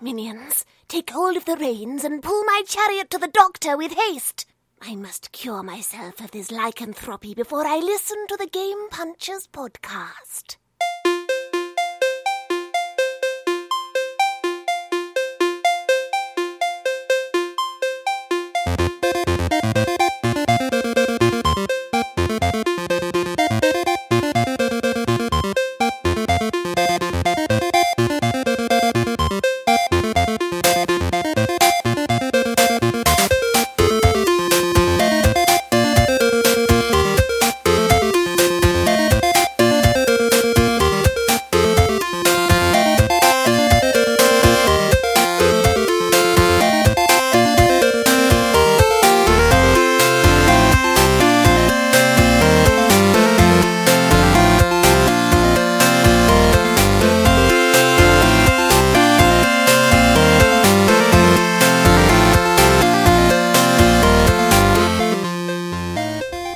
Minions, take hold of the reins and pull my chariot to the doctor with haste. I must cure myself of this lycanthropy before I listen to the Game Punchers podcast.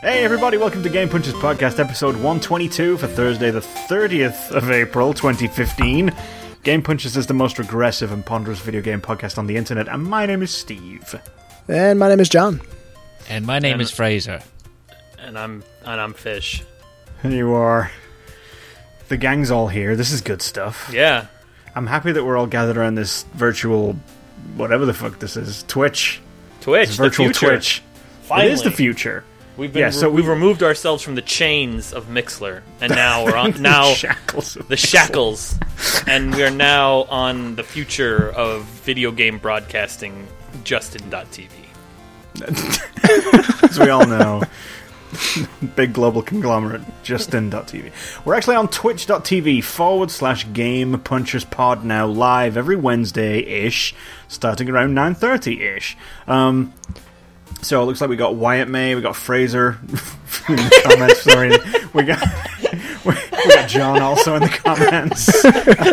Hey everybody, welcome to Game Punches Podcast, episode 122 for Thursday, the 30th of April, 2015. Game Punches is the most regressive and ponderous video game podcast on the internet, and my name is Steve. And my name is John. And my name And- is Fraser. and I'm and I'm fish. Here you are. The gang's all here. This is good stuff. Yeah, I'm happy that we're all gathered around this virtual, whatever the fuck this is, Twitch. Twitch, It's the virtual future. Twitch. It is the Finally. future. We've been Yeah, so so we've we- removed ourselves from the chains of Mixler, and now we're on now shackles. of the shackles, and we are now on the future of video game broadcasting. Justin.tv. as we all know. Big global conglomerate, Justin.tv. We're actually on twitch.tv forward slash game punchers pod now live every Wednesday ish, starting around 9.30 ish. Um, so it looks like we got Wyatt May, we got Fraser in the comments, sorry. We got, we, we got John also in the comments.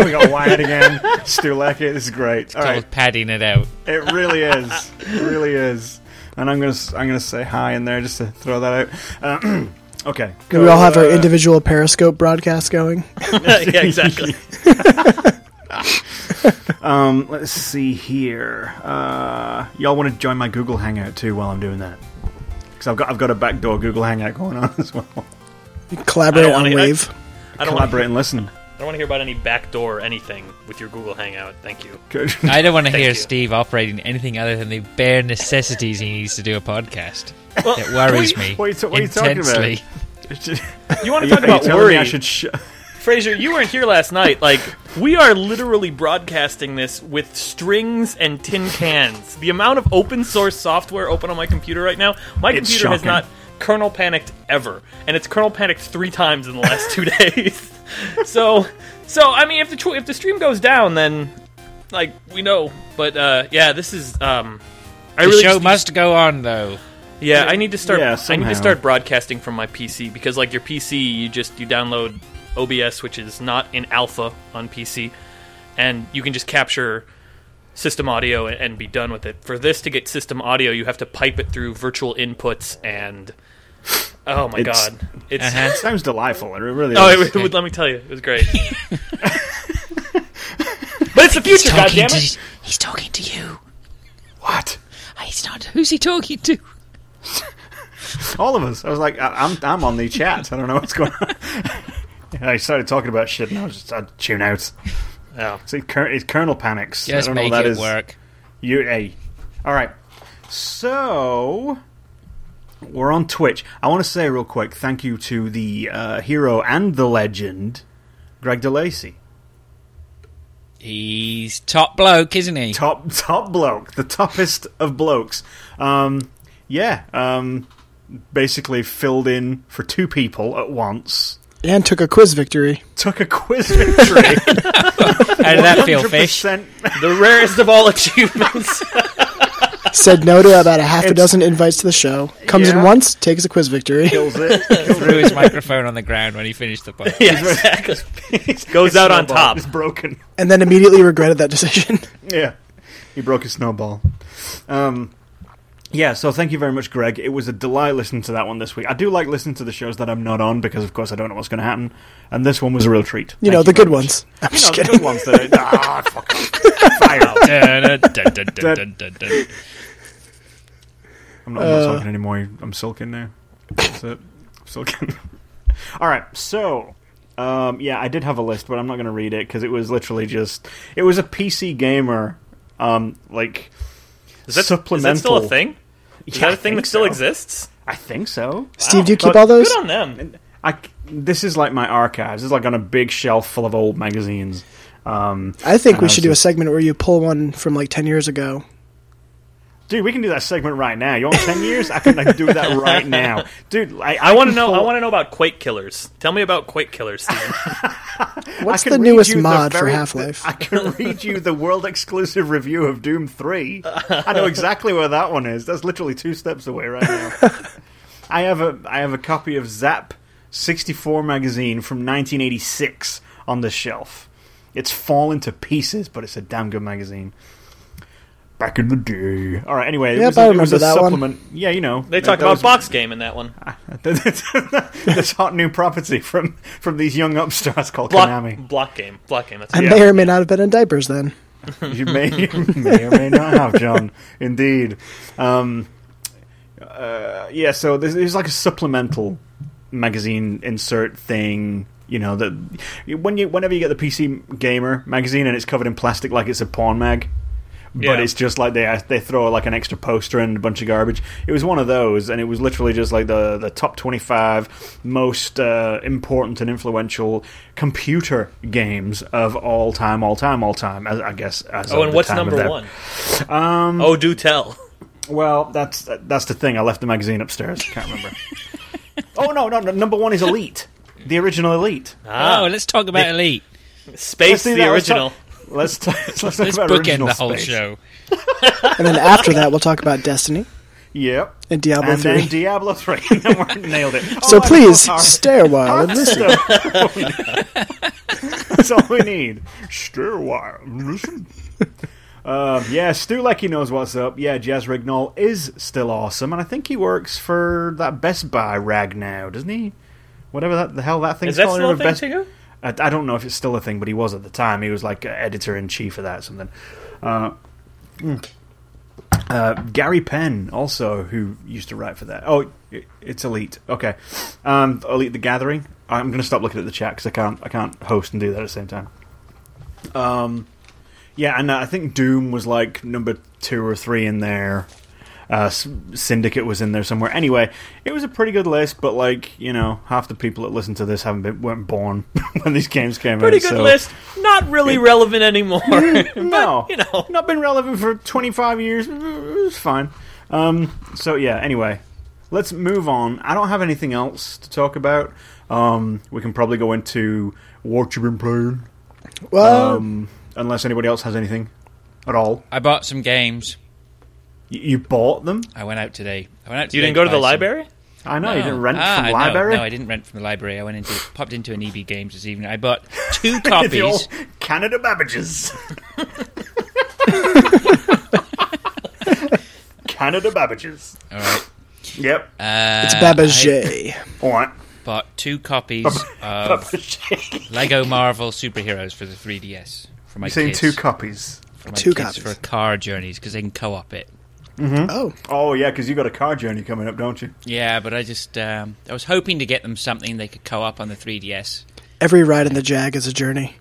we got Wyatt again, Stu Leckett, this is great. All I right. was padding it out. It really is. It really is. And I'm gonna s- I'm gonna say hi in there just to throw that out. Uh, okay. Do we all have our Uh, individual Periscope broadcasts going? yeah, exactly. Um, let's see here. Uh, y'all want to join my Google Hangout too while I'm doing that? Because I've got I've got a backdoor Google Hangout going on as well. You can collaborate I don't on wanna- Wave. I don't want. Collaborate I and listen. don't want to hear about any backdoor anything with your Google Hangout. Thank you. Good. I don't want to Thank hear you. Steve operating anything other than the bare necessities he needs to do a podcast. it worries me what are you ta- what are you talking about? intensely. You want Are you, to talk are you about telling me worry? I should sh- Fraser, you weren't here last night. Like, we are literally broadcasting this with strings and tin cans. The amount of open source software open on my computer right now, my It's computer has shocking. not kernel panicked ever, and it's kernel panicked three times in the last two days. So, so I mean, if the tw- if the stream goes down, then like we know. But uh, yeah, this is um, I The really show just- must go on, though. yeah, I need to start. Yeah, I need somehow. to start broadcasting from my PC because, like, your PC, you just you download OBS, which is not in alpha on PC, and you can just capture system audio and, and be done with it. For this to get system audio, you have to pipe it through virtual inputs and oh my It's- god, it's Uh-huh. sounds delightful. It really oh, is. it, it would let me tell you, it was great. but it's the future, Talking goddammit! to- he's talking to you. what? He's not. Who's he talking to? All of us. I was like, I, I'm I'm on the chat. I don't know what's going on. And I started talking about shit, and I was just I tune out. Oh. See, cur- it's Colonel Panics. I Just don't know make what that it is. work. You, hey. All right. So we're on Twitch. I want to say real quick, thank you to the uh, hero and the legend, Greg DeLacy, He's top bloke, isn't he? top top bloke, the toughest of blokes. Um, yeah. Um, basically filled in for two people at once. And took a quiz victory. Took a quiz victory. How did that feel, fish? 100% The rarest of all achievements. Said no to about a half a It's- dozen invites to the show. Comes Yeah. in once, takes a quiz victory. Kills it. Kills Threw his microphone on the ground when he finished the podcast. yeah, exactly. it. Goes out on Snowball top. is broken. And then immediately regretted that decision. Yeah, he broke a snowball. Um, yeah, so thank you very much, Greg. It was a delight listening to that one this week. I do like listening to the shows that I'm not on because, of course, I don't know what's going to happen. And this one was a real treat. You know, the good ones. I'm You know, just the kidding. good ones. That are, ah, fuck off. Fire out. dun, dun, dun, dun, dun. I'm not, I'm not Uh, talking anymore. I'm sulking now. That's it. I'm sulking. All right. So, um, yeah, I did have a list, but I'm not going to read it because it was literally just it was a PC gamer, um, like Is that, is supplemental. that still a thing? Is Yeah, that I a thing think that still so. exists? I think so. Steve, Wow. do you keep But all those? Good on them. I c- this is like my archives. It's like on a big shelf full of old magazines. Um, I think I know, we should do a it's- segment where you pull one from like 10 years ago. dude, we can do that segment right now. You want ten years? I can like, do that right now, dude. I, I want to know. I want to know about Quake Killers. Tell me about Quake Killers. Steven. What's I the can read newest you the mod for very- Half Life? I can read you the world exclusive review of Doom 3. I know exactly where that one is. That's literally two steps away right now. I have a I have a copy of Zap 64 magazine from 1986 on the shelf. It's fallen to pieces, but it's a damn good magazine. Back in the day. All right. Anyway, it Yep, was a, I it was remember a that one. supplement. Yeah, you know They that- talk that about was- box game in that one. this hot new property from from these young upstarts called Konami. Block, block game. Block game. That's I yeah. may or may not have been in diapers then. You may, you may or may not have, John. Indeed. Um, uh, yeah, so there's, there's like a supplemental magazine insert thing. You know that when you whenever you get the PC Gamer magazine and it's covered in plastic like it's a porn mag, but Yeah. it's just like they they throw like an extra poster and a bunch of garbage. It was one of those, and it was literally just like the the top twenty five most uh, important and influential computer games of all time, all time, all time. As, I guess. As Oh, of and the what's time of number their- one? Um. Oh, do tell. Well, that's that's the thing. I left the magazine upstairs. Can't remember. oh no, no, no, number one is Elite, the original Elite. Oh, let's talk about Elite. Space do the that. original. Let's t- let's, talk Let's about bookend original the whole space. show. And then after that, we'll talk about Destiny Yep. and Diablo And 3. then Diablo 3. Then we're- Nailed it. so Oh, I please love our- stay a while and listen. That's all we need. Stay a while. Listen. Um, yeah, Stu Leckie knows what's up. Yeah, Jazz Rignall is still awesome, and I think he works for that Best Buy rag now, doesn't he? Whatever that the hell that thing's Is that called. still a remember thing, Best- Tinker? I, I don't know if it's still a thing, but he was at the time. He was like editor in chief of that or something. Uh, mm. uh, Gary Penn also, who used to write for that. Oh, it, it's Elite. Okay, um, Elite the Gathering. I'm going to stop looking at the chat because I can't I can't host and do that at the same time. Um, yeah, and uh, I think Doom was like number two or three in there. Uh, S- Syndicate was in there somewhere. Anyway, it was a pretty good list, but like you know, half the people that listen to this haven't been weren't born when these games came Pretty out. good so- list. Not really relevant anymore. but, no, you know. not been relevant for 25 years. It's fine. Um, so yeah. Anyway, let's move on. I don't have anything else to talk about. Um, we can probably go into what you've been playing, Well, um, unless anybody else has anything at all. I bought some games. You, you bought them? I went out today. I went out. Today You didn't go to buy the some- library? I know Oh, you No. didn't rent Ah, from no, library. No, I didn't rent from the library. I went into popped into an EB Games this evening. I bought two The old copies. Canada Babbages. Canada Babbages. All right. Yep. Uh, it's I Babaje. All right. bought two copies of Lego Marvel superheroes for the 3DS for my You've seen kids. two copies. for my Two kids copies. for car journeys because they can co-op it. Oh, Oh yeah, because you got a car journey coming up, don't you? Yeah, but I just um, I was hoping to get them something they could co-op on the 3DS. every ride in the Jag is a journey.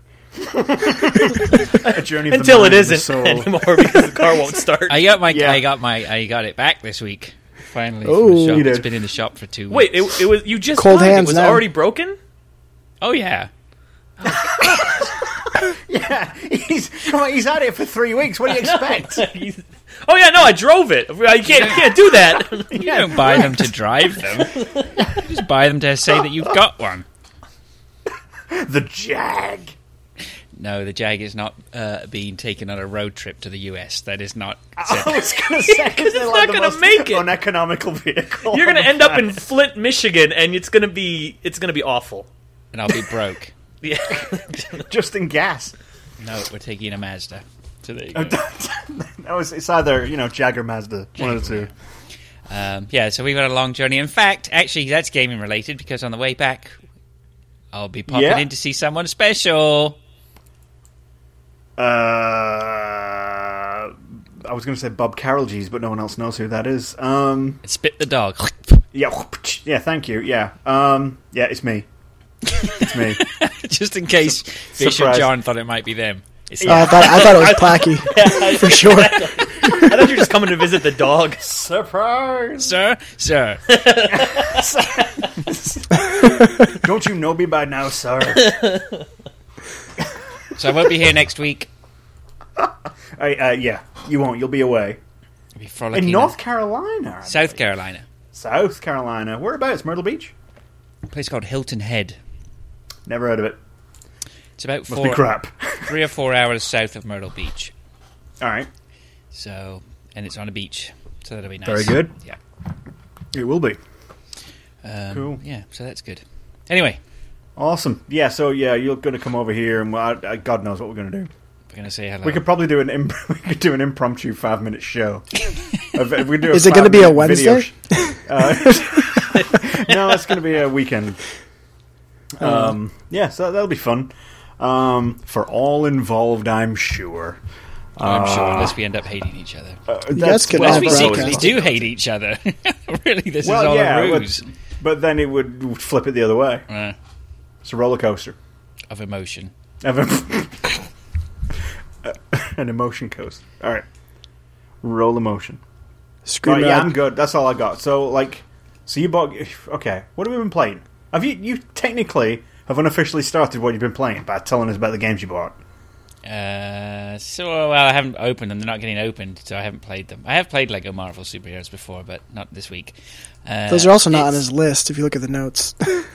A journey of the Until it mind and the isn't soul. anymore because the car won't start. I got my Yeah. I got my I got it back this week. Finally, Oh, from the shop. you it's did. been in the shop for two. Wait, weeks. it, it was you just Cold got it. hands It was now. already broken. oh yeah, Yeah, he's come on, he's had it for three weeks. What do you expect? oh yeah, no, I drove it. I can't, you can't do that. you don't buy them to drive them. you just buy them to say that you've got one. the Jag. No, the Jag is not uh, being taken on a road trip to the US. That is not. I was gonna say because it's not gonna make it. uneconomical vehicle. You're gonna on the end up in planet. Flint, Michigan, and it's gonna be it's gonna be awful. and I'll be broke. Yeah, just in gas. No, we're taking a Mazda. So there you go. That was it's either you know Jag or Mazda, one of the two. Um, yeah, so we've got a long journey. In fact, actually, that's gaming related because on the way back, I'll be popping Yeah. in to see someone special. Uh, I was was going to say Bob Carolgees, but no one else knows who that is. Um, Spit the dog. yeah, yeah. Thank you. Yeah, um, yeah. It's me. It's me. Just in case Fish and surprise. John thought it might be them. It's Uh, I, thought, I thought it was Placky, for sure. I thought you were just coming to visit the dog. Surprise! sir, sir. Don't you know me by now, sir? So I won't be here next week. I, uh, yeah, you won't. You'll be away I'll be in frolicking North Carolina, I South believe. Carolina, South Carolina. Whereabouts? Myrtle Beach. a place called Hilton Head. Never heard of it. It's about Must four, be crap. three or four hours south of Myrtle Beach. All right, So, and it's on a beach, so that'll be nice. Very good. Yeah. it will be. Um, Cool. Yeah, so that's good. Anyway, Awesome. Yeah. So yeah, you're going to come over here, and well, I, I, God knows what we're going to do. we're gonna say hello. We could probably do an imp- we could do an impromptu five minute show. If- if we do Is it gonna be a five-minute video Wednesday? sh- uh, no, it's going to be a weekend. Oh. Um, yeah, so that'll be fun um, for all involved. I'm sure. I'm sure, unless we end up hating each other. Uh, that's, can well, unless have we that's always broadcast. secretly possible. do hate each other. really, this is Well, all yeah, a it would- ruse But then it would flip it the other way. uh, It's a roller coaster. of emotion. Of em- an emotion coaster. All right, roll emotion. Scream Right, it yeah, out. I'm good. That's all I got. So like, so you bought. Okay, what have we been playing? Have you you technically have unofficially started what you've been playing by telling us about the games you bought? Uh, so well, I haven't opened them. They're not getting opened, so I haven't played them. I have played Lego Marvel superheroes before, but not this week. Uh, Those are also not on it's- his list if you look at the notes.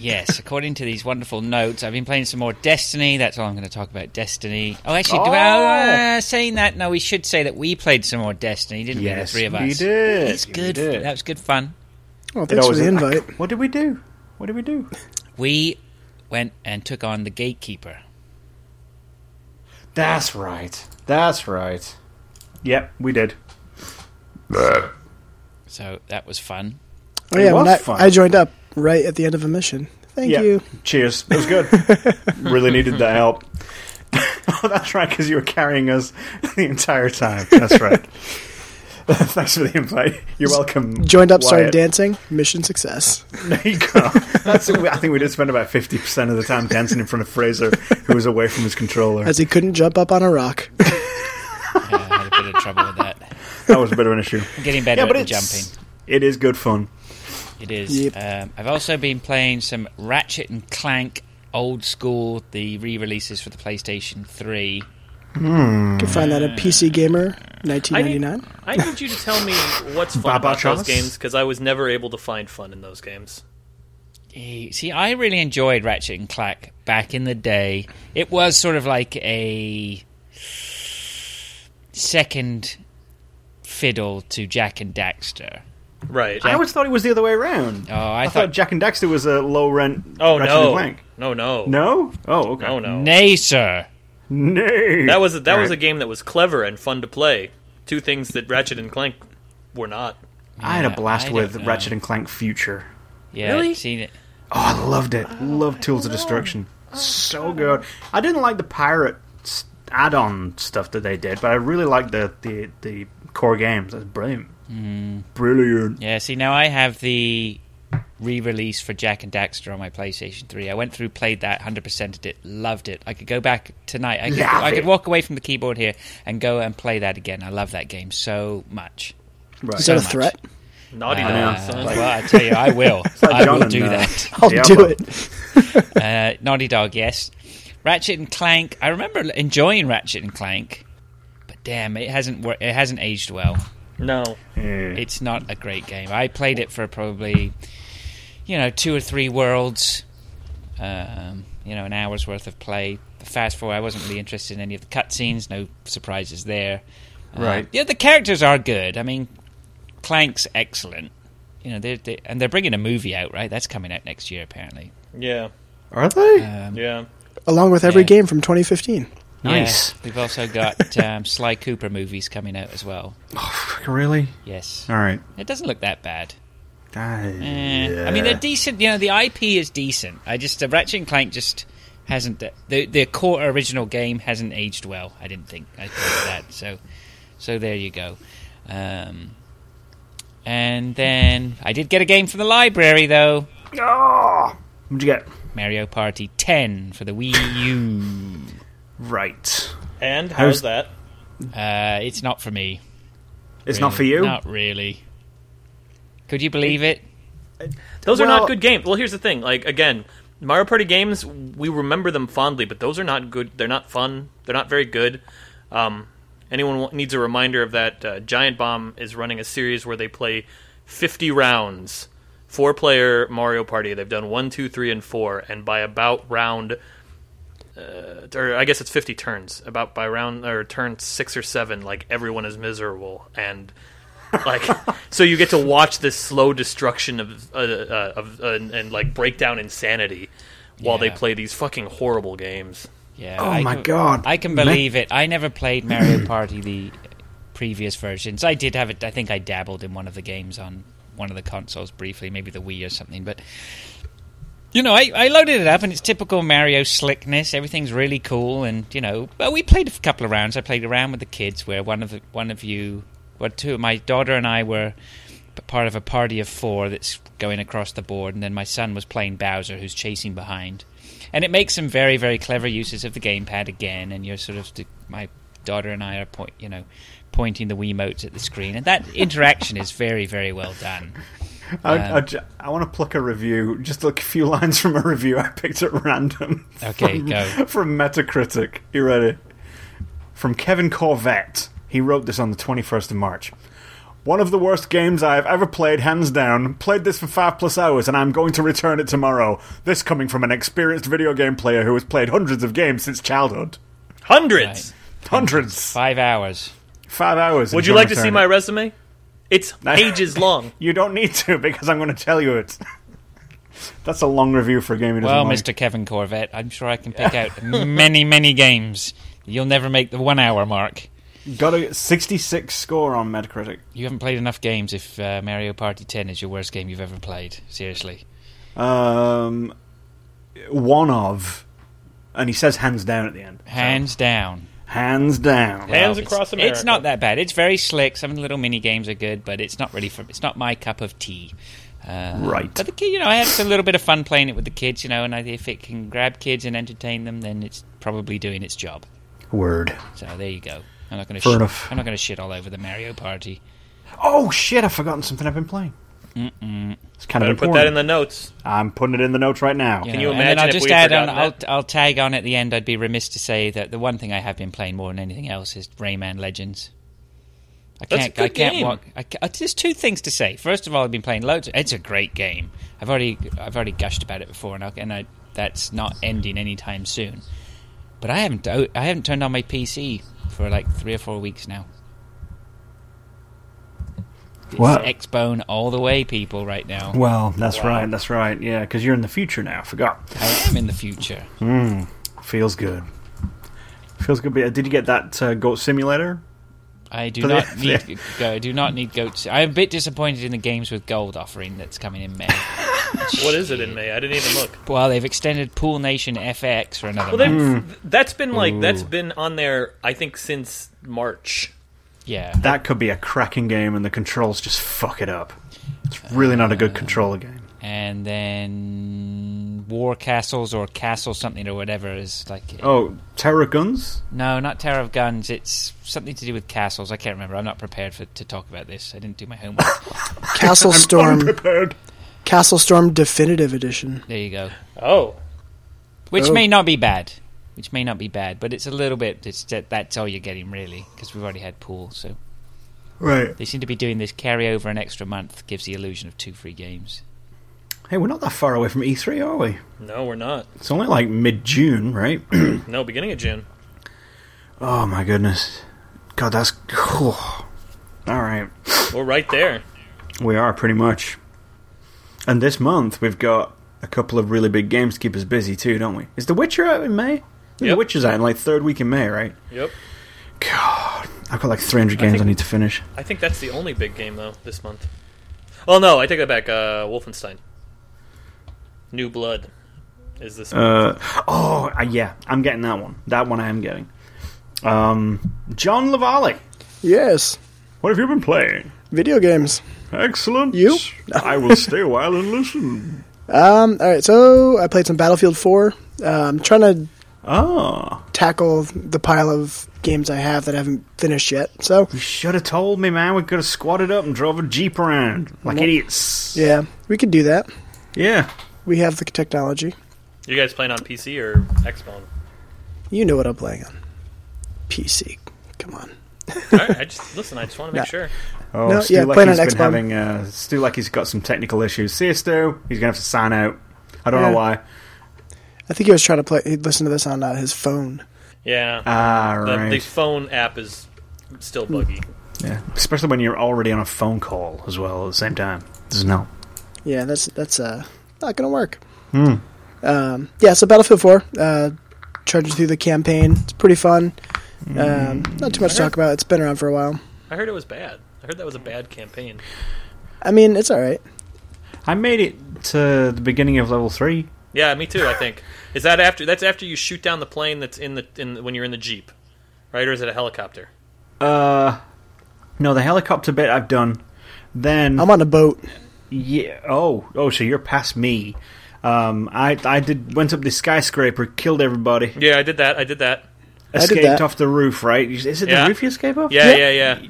Yes, according to these wonderful notes, I've been playing some more Destiny. That's all I'm going to talk about. Destiny. Oh, actually, do- Oh! uh, saying that, no, we should say that we played some more Destiny, didn't we? The Yes, three of us. we did. It's We good. did. That was good fun. It Well, Oh, thanks for always the is- invite. I- what did we do? What did we do? We went and took on the gatekeeper. That's right. That's right. Yep, we did. So that was fun. Oh It yeah, was when I, fun. I joined up right at the end of a mission. Thank Yeah. you. Cheers. It was good. really needed that help. oh, that's right, because you were carrying us the entire time. That's right. Thanks for the invite. You're welcome. Joined up, started Wyatt. dancing. Mission success. There you go. That's I think we did spend about fifty percent of the time dancing in front of Fraser, who was away from his controller. As he couldn't jump up on a rock. Uh, I had a bit of trouble with that. That was a bit of an issue. I'm getting better at the jumping. It is good fun. It is. Um, I've also been playing some Ratchet and Clank old school, the re releases for the PlayStation 3. You can find that at PC Gamer, I need, 1999. I need you to tell me what's fun Baba about Thomas? those games because I was never able to find fun in those games. Eh, See, I really enjoyed Ratchet and Clank back in the day. It was sort of like a second fiddle to Jack and Daxter. Right. I always thought it was the other way around. Oh, I, I, thought, thought, Jack and Daxter was a low rent. oh Ratchet no. and Clank. no. No. No. Oh, okay. No. No. nay, sir. Nay. That was that All was right. a game that was clever and fun to play. Two things that Ratchet and Clank were not. I had a Yeah, I blast don't with know. Ratchet and Clank Future. Yeah, Really? seen it. Oh, I loved it. loved Tools of Destruction. so good. I didn't like the pirate s- add-on stuff that they did, but I really liked the the, the core games. That's brilliant. Brilliant. Yeah, see, now I have the re-release for Jack and Daxter on my PlayStation 3. I went through, played that, 100%ed it, loved it. I could go back tonight. I could, Love I could it. walk away from the keyboard here and go and play that again. I love that game so much. Right. Is that a much. threat? Naughty Uh, Dog. son. well, I tell you, I will. like I John will and, do uh, that. I'll do Diablo. it. Uh, Naughty Dog, yes. Ratchet and Clank. I remember enjoying Ratchet and Clank, but damn, it hasn't wor- it hasn't aged well. no. Yeah. It's not a great game. I played it for probably, you know, two or three worlds. Um, you know, an hour's worth of play. Fast forward, I wasn't really interested in any of the cutscenes. No surprises there. Uh, Right. yeah, the characters are good. I mean, Clank's excellent. You know, they're, they and they're bringing a movie out, right? That's coming out next year, apparently. Um, Yeah. Are they? Yeah. Along with every Yeah. game from 2015. Nice. Yeah, we've also got um, Sly Cooper movies coming out as well. Really? Yes. All right. It doesn't look that bad. Ah, Eh, yeah. I mean, they're decent. You know, the IP is decent. I just uh, Ratchet and Clank just hasn't the the core original game hasn't aged well. I didn't think I thought of that. So So there you go. Um, and then I did get a game from the library though. Ah! What'd you get? Mario Party 10 for the Wii U. Right. And how's How's- that? Uh, it's not for me. It's not for you? Not really. Could you believe it? Those are Well- not good games. Well, here's the thing. Like again, Mario Party games, we remember them fondly, but those are not good. They're not fun. They're not very good. Um, anyone w- needs a reminder of that. Uh, Giant Bomb is running a series where they play 50 rounds, four player Mario Party. They've done one, two, three, and four, and by about round. Uh, or I guess it's 50 turns. About by round or turn six or seven, like everyone is miserable, and like so you get to watch this slow destruction of uh, uh, of uh, and, and like breakdown insanity while they Yeah. play these fucking horrible games. Yeah. Oh I my can, God. I can Ma- believe it. I never played Mario Party the previous versions. I did have it. I think I dabbled in one of the games on one of the consoles briefly, maybe the Wii or something. But you know, I, I loaded it up, and it's typical Mario slickness. Everything's really cool, and you know, well, we played a couple of rounds. I played a round with the kids, where one of the- one of you, well, two, my daughter and I were p- part of a party of four that's going across the board, and then my son was playing Bowser, who's chasing behind, and it makes some very very clever uses of the gamepad again, and you're sort of st- my daughter and I are point, you know, pointing the Wiimotes at the screen, and that interaction is very very well done. I, I, want to pluck a review, just like a few lines from a review I picked at random. Okay, from, go. From Metacritic. You ready? From Kevin Corvette. He wrote this on the 21st of March. One of the worst games I have ever played, hands down. Played this for five plus hours, and I'm going to return it tomorrow. This coming from an experienced video game player who has played hundreds of games since childhood. Hundreds. Hundreds! Five hours. Five hours. Would and you gonna like to see return my it. resume? It's pages long. You don't need to because I'm going to tell you it. That's a long review for a game. He doesn't Well, like. Mr. Kevin Corvette, I'm sure I can pick out many, many games. You'll never make the one hour mark. Got a 66 score on Metacritic. You haven't played enough games if uh, Mario Party 10 is your worst game you've ever played. Seriously. Um, one of, and he says hands down at the end. Hands down. Hands down. Hands Well, across it's, America. It's not that bad. It's very slick. Some of the little mini games are good, but it's not really for. It's not my cup of tea. Uh, Right. But the kid, you know, I had a little bit of fun playing it with the kids, you know, and I- if it can grab kids and entertain them, then it's probably doing its job. Word. So there you go. I'm not going to. Fair shit, enough. I'm not going to shit all over the Mario Party. Oh shit! I've forgotten something I've been playing. Mm-mm. It's kind of Better put important. that in the notes. I'm putting it in the notes right now. You Can know, you and then imagine I'll if just we'd add on. forgotten I'll, that? I'll tag on at the end. I'd be remiss to say that the one thing I have been playing more than anything else is Rayman Legends. I That's can't. a good I can't game. walk. I ca- uh, there's two things to say. First of all, I've been playing loads. It's a great game. I've already. I've already gushed about it before, and, I, and I, that's not ending anytime soon. But I haven't. oh, I haven't turned on my PC for like three or four weeks now. It's Wow. Xbone all the way, people. Right now, Well, that's right. That's right. Yeah, because you're in the future now. I forgot. I am in the future. Feels good. Feels good. But Did you get that uh, Goat Simulator? I do For the- not need go. I do not need goats. I'm a bit disappointed in the games with gold offering that's coming in May. What is it in May? I didn't even look. Well, they've extended Pool Nation FX for another Well, they've, month. Hmm. that's been like that's been on there. I think since March. Yeah, That could be a cracking game, and the controls just fuck it up. It's really not a good Uh, controller game. and then War Castles or Castle something or whatever is like. Oh, Terror Guns? No, not Tower of Guns. It's something to do with castles. I can't remember. I'm not prepared for to talk about this. I didn't do my homework. Castle Storm. Unprepared. Castle Storm Definitive Edition. there you go. Oh, Which Oh. may not be bad. Which may not be bad, but it's a little bit. It's, that- that's all you're getting really because we've already had Pool. So Right. They seem to be doing this carryover an extra month gives the illusion of two free games. Hey, we're not that far away from E3, are we? no, we're not. It's only like mid June, right? No, beginning of June. oh my goodness. God, that's. cool. All right. We're right there. We are pretty much. And this month we've got a couple of really big games to keep us busy too, don't we? Is The Witcher out in May? The Yep. Witcher's out in like third week in May, right? Yep. God, I've got like 300 games I, think- need to finish. I think that's the only big game though this month. Well, no, I take that back. Uh, Wolfenstein. New Blood is this month. Uh, oh, uh, yeah, I'm getting that one. That one I am getting. Um, John Lavalley. Yes. What have you been playing? Video games. Excellent. You? I will stay a while and listen. Um, all right, so I played some Battlefield 4. Uh, I'm trying to Ah, tackle the pile of games I have that I haven't finished yet. So, you should have told me, man. We could have squatted up and drove a jeep around like idiots. yeah, we could do that. Yeah. We have the technology. You guys playing on PC or Xbox? You know what I'm playing on. PC. Come on. All right, I just listen. I just want to make No. sure. Oh, No, Stu yeah, Lecky's playing on been Xbox. having uh, Stu Lecky's got some technical issues. See you, Stu. He's gonna have to sign out. I don't Yeah. know why. I think he was trying to play. He'd listen to this on uh, his phone. Yeah, Ah, the, right. the phone app is still buggy. Yeah. Especially when you're already on a phone call as well at the same time. Doesn't help. Yeah, that's that's uh, not gonna work. Um, yeah, so Battlefield 4, uh, charging through the campaign. It's pretty fun. Um, not too much to talk about. It's been around for a while. I heard it was bad. I heard that was a bad campaign. I mean, it's all right. I made it to the beginning of level three. Yeah, me too. I think is that after that's after you shoot down the plane that's in the in the- when you're in the jeep, right? Or is it a helicopter? Uh, no, the helicopter bit I've done. Then I'm on a boat. yeah. Oh, oh. So you're past me. Um, I I did went up the skyscraper, killed everybody, Yeah, I did that. I did that. did escaped that. off the roof. Right? Is it Yeah. the roof you escape off? Yeah, yeah, yeah, yeah.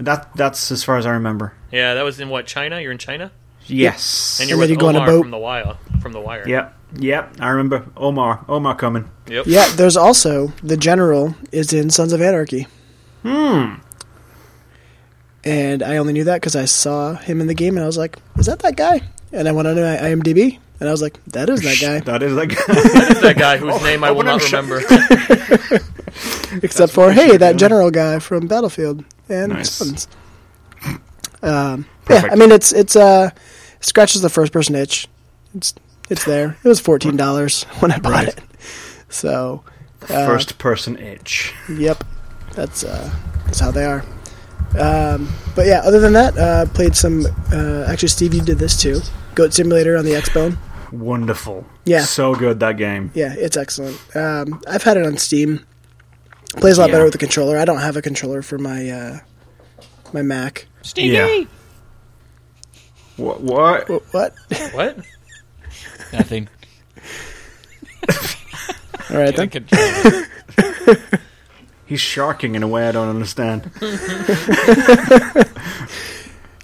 That that's as far as I remember. that was in what China? You're in China, Yes. and you're And with then you go on a Omar boat. from the wire. From the wire. Yep. Yep. I remember Omar. Omar coming. Yep. Yeah, there's also the general is in Sons of Anarchy. Hmm. And I only knew that because I saw him in the game, and I was like, "Is that that guy?" And I went on to my IMDb, and I was like, "That is that guy." That is that guy. Who's that guy whose name Oh, I will open up not shop. remember? Except for, hey, that general guy from Battlefield and Nice. Sons. Um, yeah, Perfect. I mean it's it's uh scratches the first person itch. It's it's there. It was fourteen dollars when I bought it. So Uh, First person itch. Yep, that's uh, that's how they are. Um, but yeah, other than that, uh, played some. Uh, actually, Steve, you did this too. Goat Simulator on the Xbone. Wonderful. Yeah. So good that game. Yeah, it's excellent. Um, I've had it on Steam. Plays a lot Yeah. better with a controller. I don't have a controller for my uh, my Mac. Stevie. Yeah. What? What? Wh- What? what? Nothing. All right then. Control. He's sharking in a way I don't understand.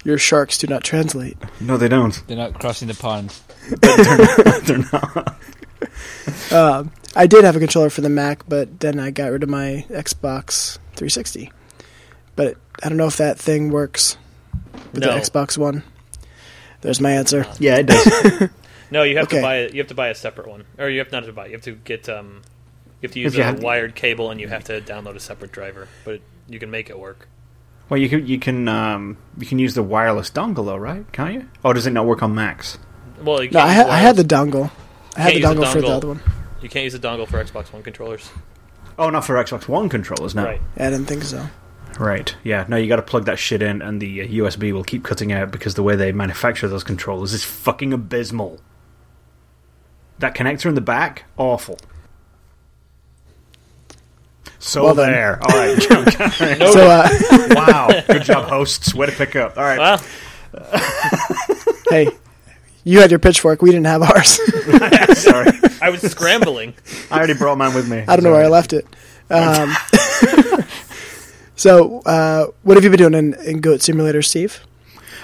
Your sharks do not translate. No, they don't. They're not crossing the pond. I did have a controller for the Mac, but then I got rid of my Xbox 360. But it, I don't know if that thing works with No. Uh, the Xbox One. There's my answer. Yeah, it does. No, you have to Okay. buy. You have to buy a separate one, or you have not to buy. You have to get. Um, you have to use If you a have- wired cable, and you have to download a separate driver. But you can make it work. well, you can you can um, you can use the wireless dongle though, right? Can't you? Or does it not work on Macs? Well, you No, can't I, use ha- I had the dongle. wireless- I had Can't the use a dongle, for the dongle. other one. You can't use a dongle for Xbox One controllers. Oh, not for Xbox One controllers, no. Right. I didn't think so. Right. Yeah. No, you got to plug that shit in, and the uh, USB will keep cutting out because the way they manufacture those controllers is fucking abysmal. That connector in the back, awful. So Well then. there. All right. John. So uh, wow. Good job, hosts. Way to pick up. All right. Well, hey, you had your pitchfork. We didn't have ours. Sorry. I was scrambling. I already brought mine with me. I don't know where I left it. Um, so uh, what have you been doing in, in Goat Simulator, Steve?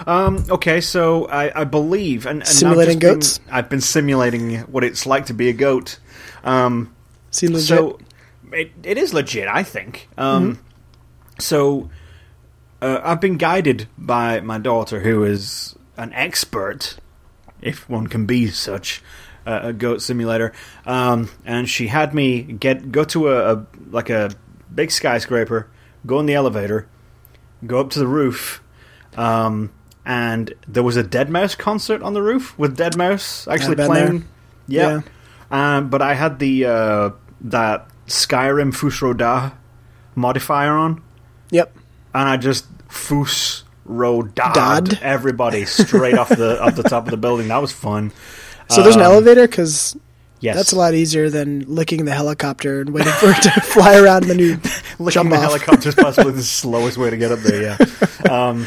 Um, okay, so I, I believe and, and I've just Simulating been- goats? I've been simulating what it's like to be a goat. Um, Seen legit? Mm-hmm. So it, it is legit, I think. Um, So uh, I've been guided by my daughter, who is an expert, if one can be such, uh, a goat simulator. Um, and she had me get go to a, a like a big skyscraper, go in the elevator, go up to the roof. Um, and there was a Dead Mouse concert on the roof with Dead Mouse actually been playing. Yeah. there. Um, but I had the uh, that Skyrim Fusroda modifier on, yep. and I just Fusrodad Dod? everybody straight off the off the top of the building. That was fun. So there's an Um, elevator because Yes, That's a lot easier than licking the helicopter and waiting for it to fly around the new Licking Jump the off. helicopter is possibly the slowest way to get up there. Yeah. Um,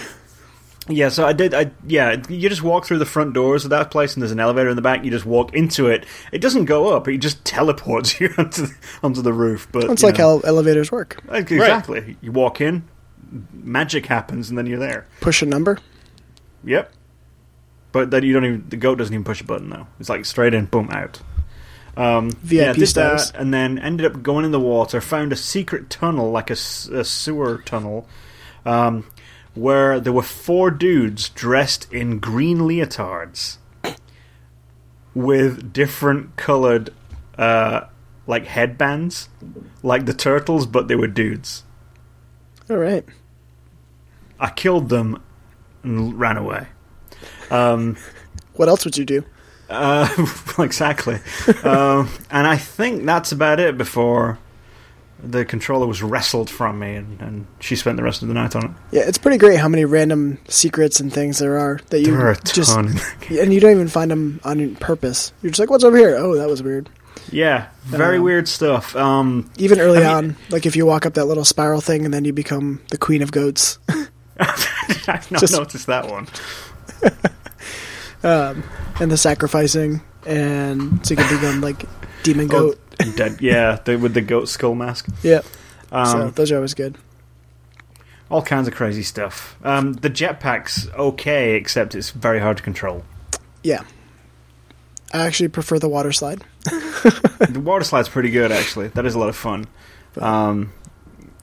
yeah. So I did. I yeah. You just walk through the front doors of that place, and there's an elevator in the back. You just walk into it. It doesn't go up. It just teleports you onto the, onto the roof. But It's you like know, how elevators work. like, exactly. You walk in, magic happens, and then you're there. Push a number. Yep. But then you don't even the goat doesn't even push a button though. It's like straight in, boom, out. Um, yeah, VIP did status. that, and then ended up going in the water. Found a secret tunnel, like a, s- a sewer tunnel, um, where there were four dudes dressed in green leotards with different colored, uh, like headbands, like the turtles, but they were dudes. All right. I killed them and ran away. What else would you do? Uh, exactly. um, and I think that's about it before the controller was wrestled from me and, and she spent the rest of the night on it. Yeah, it's pretty great how many random secrets and things there are that you There are a just ton. in that game. and you don't even find them on purpose. You're just like, "What's over here?" Oh, that was weird. yeah, very Um, weird stuff. Um, Even early I on, like if you walk up that little spiral thing and then you become the queen of goats. I've not Just- noticed that one. um, and the sacrificing, and so you can become like demon Oh, goat. dead. Yeah, the, with the goat skull mask. Yeah, Um, so those are always good. all kinds of crazy stuff. Um, the jetpack's okay, except it's very hard to control. Yeah, I actually prefer the water slide. the water slide's pretty good actually. That is a lot of fun. Um,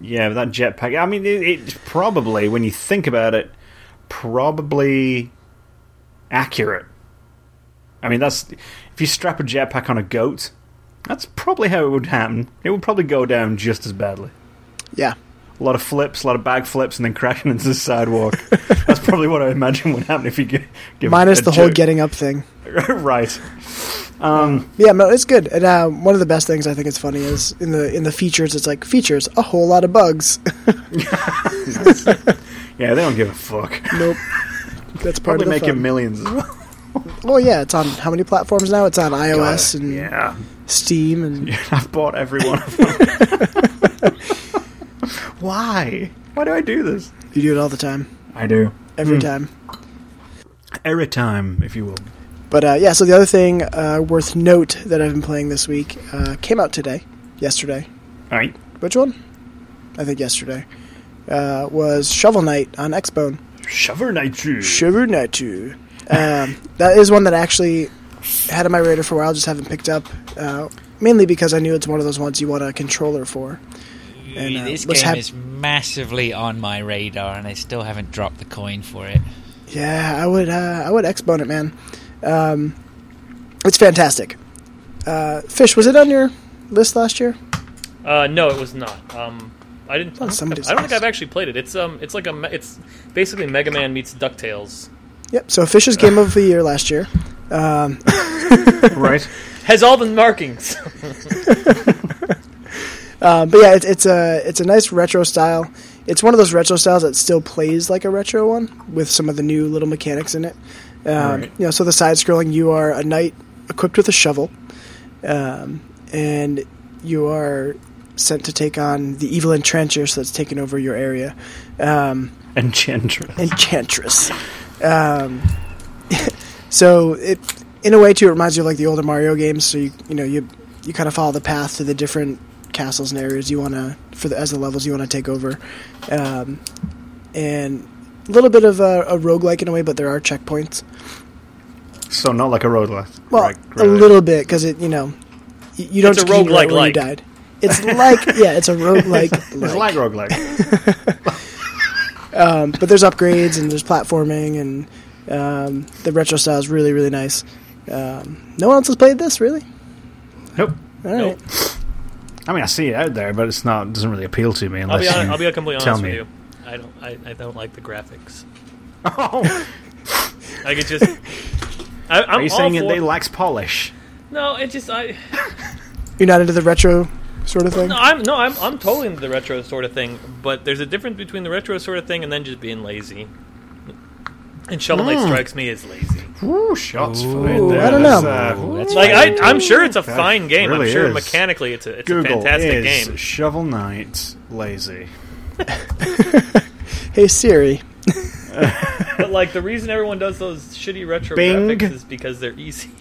yeah, but that jetpack. I mean, it, it's probably when you think about it, probably accurate. I mean, that's if you strap a jetpack on a goat, that's probably how it would happen. It would probably go down just as badly. Yeah, A lot of flips, a lot of bag flips, and then crashing into the sidewalk. that's probably what I imagine would happen if you gi- give minus a the whole joke- getting up thing. right. Um, Yeah, no, it's good. And uh, one of the best things I think it's funny is in the in the features. It's like features a whole lot of bugs. yeah, they don't give a fuck. nope, that's part Probably of the making fun. millions as well. well, yeah, it's on how many platforms now? It's on iOS and Yeah, Steam and I've bought every one of them. Why? Why do I do this? you do it all the time, I do every time. every time, if you will. But uh, yeah, so the other thing uh, worth note that I've been playing this week uh, came out today, yesterday. All right. Which one? I think yesterday uh, was Shovel Knight on Xbone. Shover Nitro. Shovel Knight two. Um, that is one that I actually had on my radar for a while, just haven't picked up. Uh, mainly because I knew it's one of those ones you want a controller for. And, uh, this game what's hap- is massively on my radar, and I still haven't dropped the coin for it. Yeah, I would. Uh, I would Xbone it, man. Um, it's fantastic. Uh, Fish, was it on your list last year? Uh, no, it was not. Um, I didn't. I on don't, think, somebody's I don't think list. I've actually played it. It's um, it's like a, me- it's basically Mega Man meets Ducktales. Yep. So Fish's game of the year last year. Um, Right. Has all the markings. uh, but yeah, it's it's a it's a nice retro style. It's one of those retro styles that still plays like a retro one with some of the new little mechanics in it. Um, Right. You know, so the side scrolling, you are a knight equipped with a shovel, um, and you are sent to take on the evil entrencher so that's taken over your area. Um, Enchantress. enchantress. Um, so it, in a way, too, it reminds you of like the older Mario games. So you, you know, you you kind of follow the path to the different castles and areas you want to for the as the levels you want to take over, um, and a little bit of a, a roguelike in a way, but there are checkpoints. so not like a roguelike. Well, Right, a really. little bit because it, you know, you, you don't It's just a continue right where you roguelike-like. died. It's like yeah, it's a roguelike. It's like roguelike. but there's upgrades and there's platforming and um, the retro style is really really nice. Um, no one else has played this really. nope. All right, Nope. I mean, I see it out there, but it's not. Doesn't really appeal to me I'll unless be honest, you I'll be completely tell honest with me. you. I don't. I, I don't like the graphics. Oh, I could just. I, I'm are you all saying it? for- They lacks polish. No, it just I. you're not into the retro sort of thing. No, I'm no, I'm I'm totally into the retro sort of thing, but there's a difference Hmm. between the retro sort of thing and then just being lazy. And Shovel Knight strikes me as lazy. Ooh, shots fired Ooh, there. I don't That's, know. uh, That's Like right. I, I'm sure it's a fine game. really I'm sure is. mechanically it's a it's a Google fantastic is game. Shovel Knight lazy. Hey Siri, But like the reason everyone does those shitty retro Bing. graphics is because they're easy.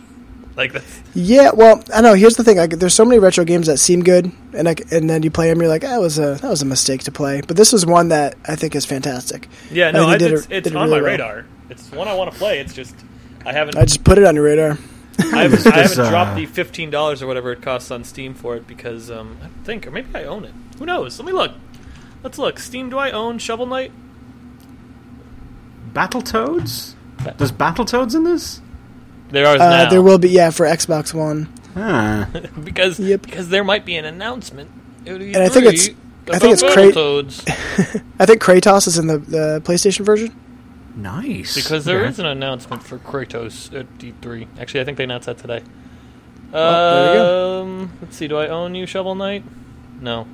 Like that's Yeah, well, I know. Here's the thing: like, there's so many retro games that seem good, and like, and then you play them, you're like, that was a that was a mistake to play. But this is one that I think is fantastic. yeah. No, think I, it did it's, it- it's did it on my really well. radar. It's one I want to play. It's just I haven't I just put it on your radar. I haven't, I This, haven't uh, dropped the fifteen dollars or whatever it costs on Steam for it because um, I think or maybe I own it. Who knows? Let me look. Let's look. Steam. Do I own Shovel Knight? Battletoads? There's Battletoads in this? There are Uh, there will be yeah for Xbox One, Ah. because Yep. because there might be an announcement. And And I think it's- I think it's cra- I think Kratos is in the, the PlayStation version. Nice. Because there Okay. is an announcement for Kratos at D3. Actually, I think they announced that today. there you go. um, let's see. Do I own you, Shovel Knight? No,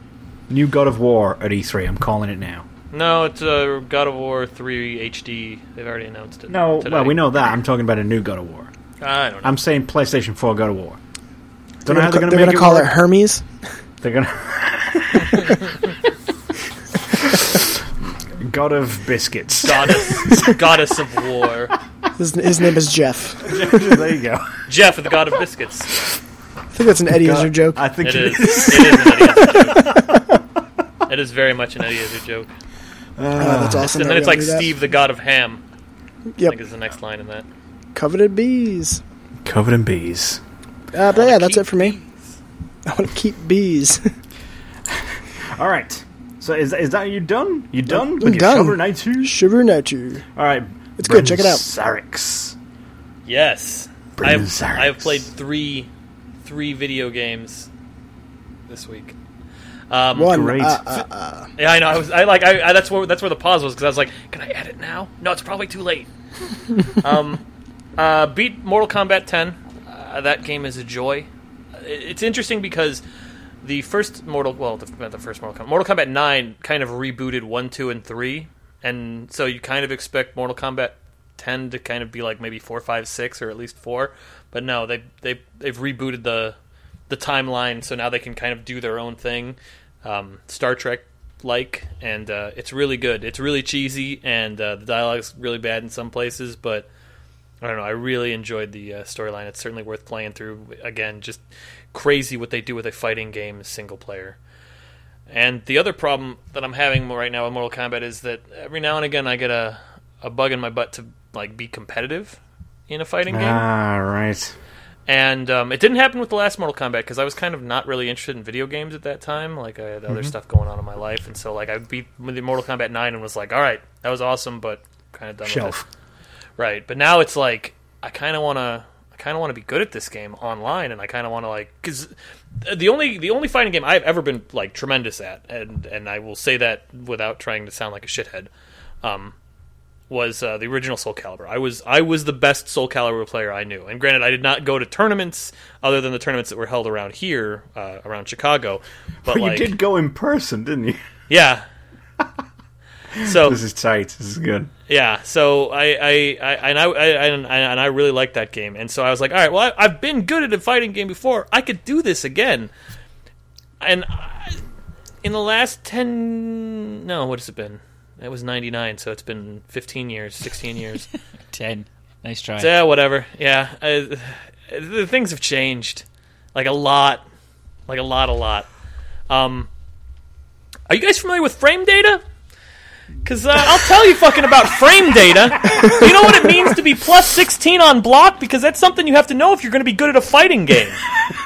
New God of War at E3. I'm calling it now. no. It's uh, God of War 3 HD. They've already announced it. No, today. well, we know that. I'm talking about a new God of War. I don't know. I'm saying PlayStation 4 God of War. Don't know They're how they're gonna, ca- going to they're make gonna call work. it Hermes. They're gonna. God of biscuits. goddess, goddess of war, His, his name is Jeff. there you go. Jeff, the god of biscuits. I think that's an Eddie Izzard joke. I think It it is. is. It is an Eddie Izzard joke. It is very much an Eddie Izzard joke. Oh, Ah. that's awesome. And that then we it's all like knew that. Steve, the god of ham. I Yep, think is the next line in that. coveted bees. Covered in bees. Uh, but yeah, that's it for me. I want to keep bees. All right. So is is that you done? You done with Uh, I'm your done. Shovel Knight 2? Shiver at you. All right. It's good, check it out. Sarix. Yes, Bring I have, Xerxes. I have played three three video games this week. Um, One. Great. uh, uh, Yeah, I know. I was. I like. I, I that's where that's where the pause was because I was like, "Can I edit now? No, it's probably too late." um, uh, beat Mortal Kombat 10. Uh, that game is a joy. It- It's interesting because the first Mortal, well, the, not the first Mortal Kombat, Mortal Kombat 9 kind of rebooted one, two, and three, and so you kind of expect Mortal Kombat 10 to kind of be like maybe four, five, six, or at least four. But no, they they they've rebooted the the timeline, so now they can kind of do their own thing, um, Star Trek like, and uh, it's really good. It's really cheesy, and uh, the dialogue's really bad in some places, but I don't know. I really enjoyed the uh, storyline. It's certainly worth playing through. Again, just crazy what they do with a fighting game single player. And the other problem that I'm having right now with Mortal Kombat is that every now and again I get a, a bug in my butt to like be competitive in a fighting game. Ah, right. And um, it didn't happen with the last Mortal Kombat because I was kind of not really interested in video games at that time. Like I had other stuff going on in my life, and so like I beat the Mortal Kombat Nine and was like, "All right, that was awesome," but kind of done Shelf. with it. Right, but now it's like I kind of want to, I kind of want to be good at this game online, and I kind of want to like because the only the only fighting game I've ever been like tremendous at, and and I will say that without trying to sound like a shithead. Um, was uh, the original Soul Calibur. I was I was the best Soul Calibur player I knew. And granted, I did not go to tournaments other than the tournaments that were held around here, uh, around Chicago. But, But like, you did go in person, didn't you? yeah. so This is tight. This is good. yeah, so I I, I and I, I and I and I really liked that game, and so I was like, all right, well, I, I've been good at a fighting game before. I could do this again. And I, in the last ten, no, what has it been? That was ninety nine, so it's been fifteen years, sixteen years. Ten. Nice try. Yeah, whatever. Yeah, uh, the things have changed, like a lot, like a lot, a lot. Um, are you guys familiar with frame data? Because uh, I'll tell you fucking about frame data. You know what it means to be plus sixteen on block? Because that's something you have to know if you're going to be good at a fighting game.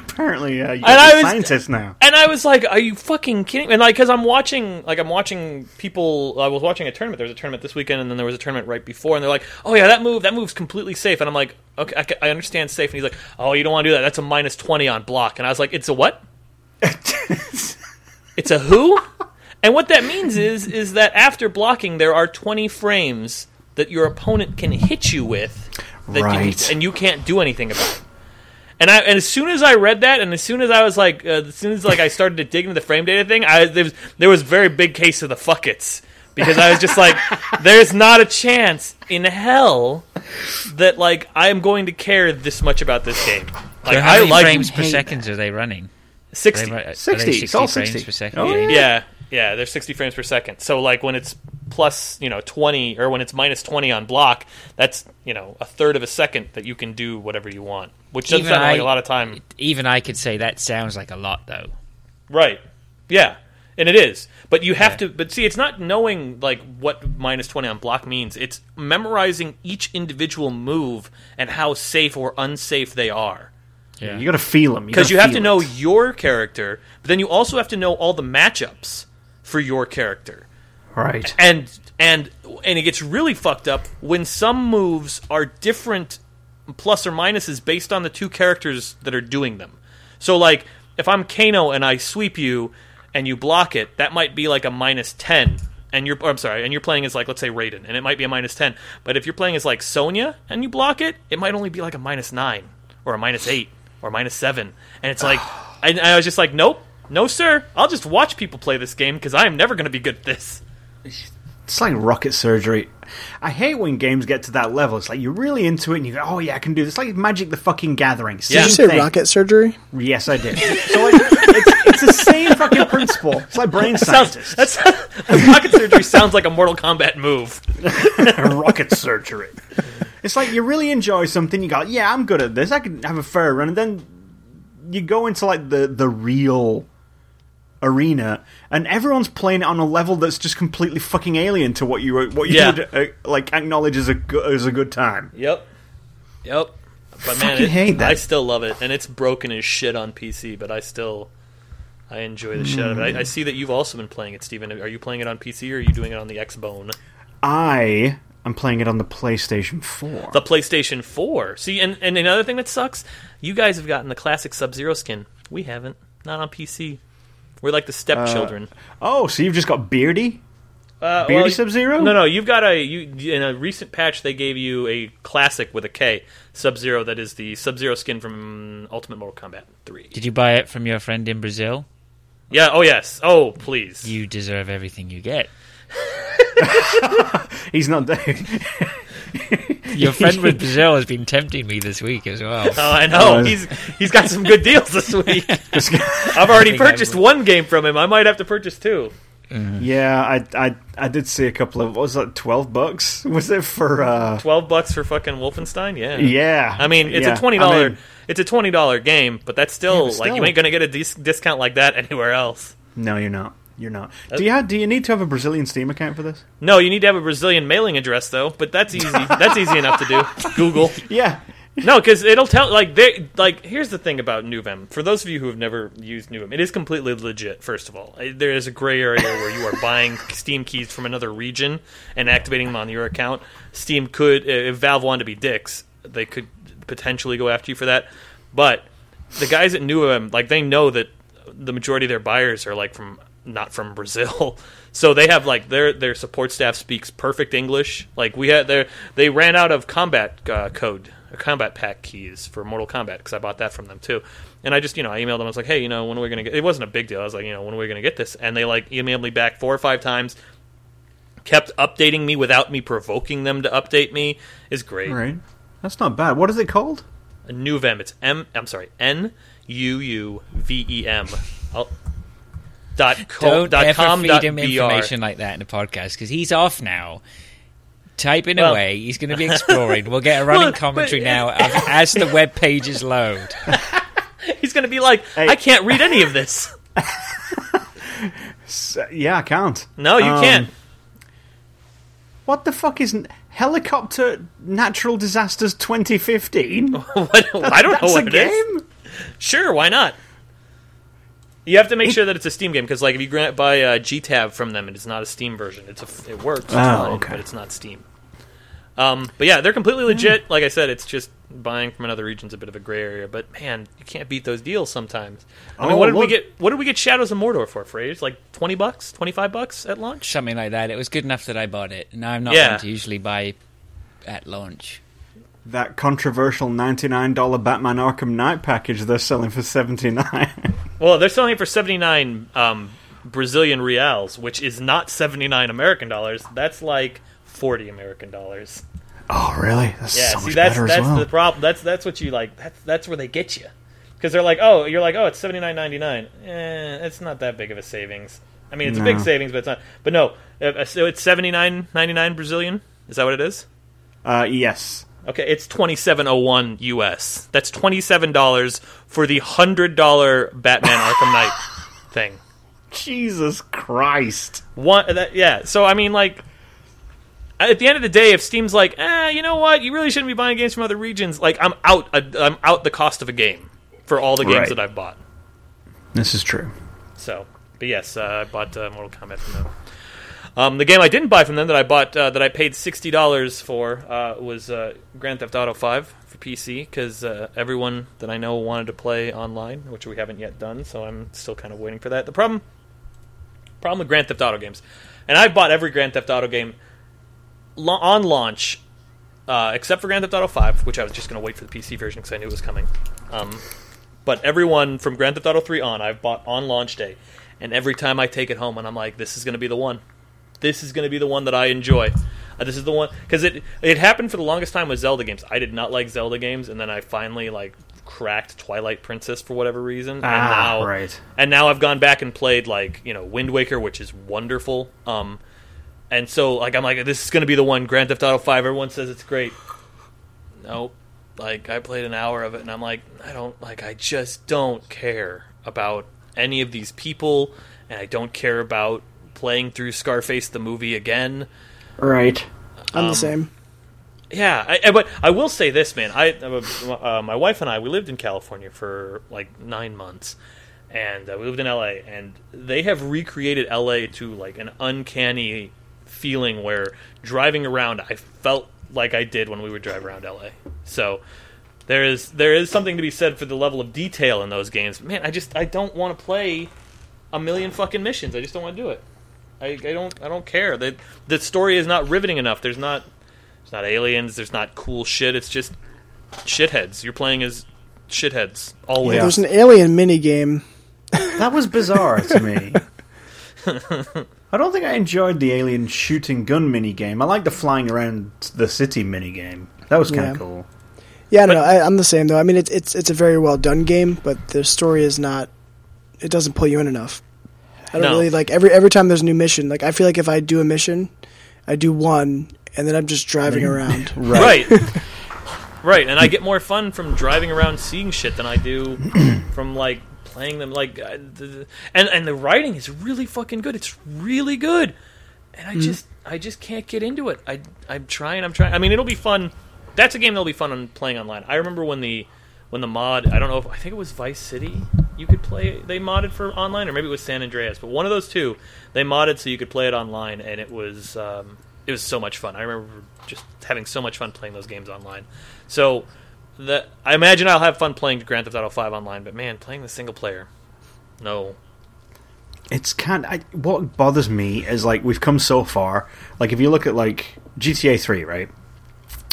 Apparently, uh, you're And I a was- scientist now. And I was like, "Are you fucking kidding?" me? And like, because I'm watching, like, I'm watching people. I was watching a tournament. There was a tournament this weekend, and then there was a tournament right before. And they're like, "Oh yeah, that move, that move's completely safe." And I'm like, "Okay, I, ca- I understand safe." And he's like, "Oh, you don't want to do that. That's a minus twenty on block." And I was like, "It's a what? it's a who?" And what that means is, is that after blocking, there are twenty frames that your opponent can hit you with, that you- Right. and you can't do anything about. it. And I and as soon as I read that, and as soon as I was like, uh, as soon as like I started to dig into the frame data thing, I there was, there was a very big case of the fuckets because I was just like, there's not a chance in hell that like I'm going to care this much about this game. Like So how I many like frames per hate second are they running? Are they, sixty. ru- are they 60, it's 60 all frames 60. per second. Oh, yeah. Yeah, yeah, they're 60 frames per second. So like when it's plus, you know, 20 or when it's minus 20 on block, that's, you know, a third of a second that you can do whatever you want, which doesn't Even sound like I- a lot of time. Even I could say that sounds like a lot, though. Right. Yeah. And it is. But you have to but see it's not knowing like what minus 20 on block means. It's memorizing each individual move and how safe or unsafe they are. Yeah. You got to feel them because you have to know your character, but then you also have to know all the matchups for your character. right. and and and it gets really fucked up when some moves are different plus or minuses based on the two characters that are doing them. So like if I'm Kano and I sweep you and you block it, that might be like a minus 10 and you're or I'm sorry, and you're playing as like let's say Raiden and it might be a minus 10. But if you're playing as like Sonya and you block it, it might only be like a minus 9 or a minus 8 or a minus 7. And it's like and I was just like nope. No sir, I'll just watch people play this game because I am never going to be good at this. It's like rocket surgery. I hate when games get to that level. It's like you're really into it and you go, "Oh yeah, I can do this." It's like Magic the Fucking Gathering. Same Yeah. Did you say thing. rocket surgery? Yes, I did. So like, it's, it's the same fucking principle. It's like brain scientists. That's rocket surgery sounds like a Mortal Kombat move. rocket surgery. It's like you really enjoy something. You go, yeah, I'm good at this. I can have a fair run, and then you go into like the the real arena, and everyone's playing it on a level that's just completely fucking alien to what you what you Yeah. would uh, like acknowledge as a go- as a good time. Yep. Yep. But man, Fucking it- hate that. I still love it, and it's broken as shit on PC. But I still, I enjoy the shit out of Mm. it. I, I see that you've also been playing it, Steven. Are you playing it on PC or are you doing it on the Xbone, I am playing it on the PlayStation Four. the PlayStation Four? See, and and another thing that sucks, you guys have gotten the classic Sub Zero skin. We haven't. Not on PC. We're like the stepchildren. oh, so you've just got Beardy. Uh, Beardy Sub-Zero? No, no. You've got a you in a recent patch they gave you a classic with a K Sub Zero that is the Sub Zero skin from Ultimate Mortal Kombat Three. Did you buy it from your friend in Brazil? Yeah. Oh yes. Oh please. You deserve everything you get. He's not there. Your friend with Brazil has been tempting me this week as well. oh, I know. Uh, he's he's got some good deals this week. I've already think I purchased will. one game from him. I might have to purchase two. yeah, I, I I did see a couple of what was that twelve bucks? Was it for? uh Twelve bucks for fucking Wolfenstein. Yeah. Yeah, I mean, it's Yeah. a twenty I dollar. mean, it's a twenty dollar game, but that's still, but like you still. ain't gonna get a dis- discount like that anywhere else. No, you're not. You're not. Do you have, do you need to have a Brazilian Steam account for this? No, you need to have a Brazilian mailing address though, but that's easy. that's easy enough to do. Google. Yeah. No, because it'll tell like they like. Here's the thing about Nuvem. For those of you who have never used Nuvem, it is completely legit. First of all, Uh, there is a gray area where you are buying Steam keys from another region and activating them on your account. Steam could, uh, if Valve wanted to be dicks, they could potentially go after you for that. But the guys at Nuvem, like they know that the majority of their buyers are like from not from Brazil. So they have like their their support staff speaks perfect English. Like we had their they ran out of combat uh, code, or combat pack keys for Mortal Kombat because I bought that from them too. And I just you know I emailed them. I was like, hey, you know when are we gonna get? It wasn't a big deal. I was like, you know when are we gonna get this? And they like emailed me back four or five times. Kept updating me without me provoking them to update me is great. Right. That's not bad. What is it called? Nuvem. It's M. I'm sorry. N U U V E M. I'll- Dot co, Don't dot ever com. feed Dot him br. information like that in the podcast because he's off now. Typing Well- away, he's going to be exploring. We'll get a running Well, but- commentary now of, as the web pages load. He's gonna be like, I can't read any of this. S- Uh, yeah, I can't. No, you Um, can't. What the fuck is n- helicopter natural disasters 2015? What, I don't know That's a what it is. game. Sure, why not? You have to make sure that it's a Steam game because, like, if you grant buy uh, GTAB from them, it's not a Steam version. It's a, f- it works, it's fine, Oh, okay. Hmm. but it's not Steam. Um, but yeah, they're completely legit. Like I said, it's just buying from another region's a bit of a gray area. But man, you can't beat those deals sometimes. I mean, Oh, what did look. we get? What did we get Shadows of Mordor for? Phrase like twenty bucks, twenty five bucks at launch. Something like that. It was good enough that I bought it. Now I'm not Yeah. going to usually buy at launch. That controversial $99 Batman Arkham Knight package they're selling for 79 Well, they're selling it for seventy nine um, Brazilian reals, which is not 79 American dollars. That's like 40 American dollars. Oh, really? That's Yeah, so see, much that's better that's as well. the problem. That's that's what you like. That's that's where they get you, because they're like, oh, you're like, oh, it's seventy nine ninety nine. Eh, it's not that big of a savings. I mean, it's a big No. savings, but it's not. But no, uh, so it's seventy nine ninety nine Brazilian. Is that what it is? uh, yes. Okay, it's twenty seven oh one U.S. That's twenty seven dollars for the hundred dollar Batman Arkham Knight thing. Jesus Christ. One, uh, that, yeah. So I mean, like, at the end of the day, if Steam's like, ah, you know what, you really shouldn't be buying games from other regions. Like, I'm out. i I'm out the cost of a game for all the games Right. that I've bought. This is true. So, but yes, uh, I bought uh, Mortal Kombat from them. Um, the game I didn't buy from them that I bought uh, that I paid sixty dollars for uh, was uh, Grand Theft Auto Five for PC because uh, everyone that I know wanted to play online, which we haven't yet done. So I'm still kind of waiting for that. The problem, problem with Grand Theft Auto games, and I bought every Grand Theft Auto game la- on launch. Uh, except for Grand Theft Auto 5, which I was just going to wait for the PC version because I knew it was coming. Um, but everyone from Grand Theft Auto 3 on, I've bought on launch day. And every time I take it home and I'm like, this is going to be the one. This is going to be the one that I enjoy. Uh, this is the one cuz it it happened for the longest time with Zelda games. I did not like Zelda games and then I finally like cracked Twilight Princess for whatever reason and Ah, now right. and now I've gone back and played like, you know, Wind Waker, which is wonderful. Um and so like I'm like this is going to be the one Grand Theft Auto 5 everyone says it's great nope. Like I played an hour of it and I'm like, I don't like I just don't care about any of these people and I don't care about playing through Scarface the movie again. Right. I'm Um, the same. Yeah, I, I- but I will say this, man. I uh, my wife and I we lived in California for like nine months, and uh, we lived in L.A. and they have recreated L.A. to like an uncanny feeling where driving around I felt like I did when we would drive around L.A. So there is there is something to be said for the level of detail in those games. Man, I just I don't want to play a million fucking missions. I just don't want to do it. I, I don't I don't care. The the story is not riveting enough. There's not there's not aliens. There's not cool shit. It's just shitheads. You're playing as shitheads always. Yeah. There's an alien mini game. That was bizarre to me. I don't think I enjoyed the alien shooting gun minigame. I like the flying around the city minigame. That was kind Yeah. of cool. Yeah, no, I, I'm the same though. I mean, it's it's it's a very well done game, but the story is not. It doesn't pull you in enough. I don't No. really like every every time there's a new mission. Like I feel like if I do a mission, I do one, and then I'm just driving around. Right. right. And I get more fun from driving around seeing shit than I do from like playing them like I- th- th- and and the writing is really fucking good. It's really good. And I just I just can't get into it. I I'm trying, I'm trying. I mean, it'll be fun. That's a game that'll be fun on playing online. I remember when the when the mod, I don't know if I think it was Vice City, you could play they modded for online or maybe it was San Andreas, but one of those two, they modded so you could play it online and it was um, it was so much fun. I remember just having so much fun playing those games online. So the I imagine I'll have fun playing Grand Theft Auto 5 online, but man, playing the single player. No. It's kind. I, what bothers me is like we've come so far. Like if you look at like GTA Three, right?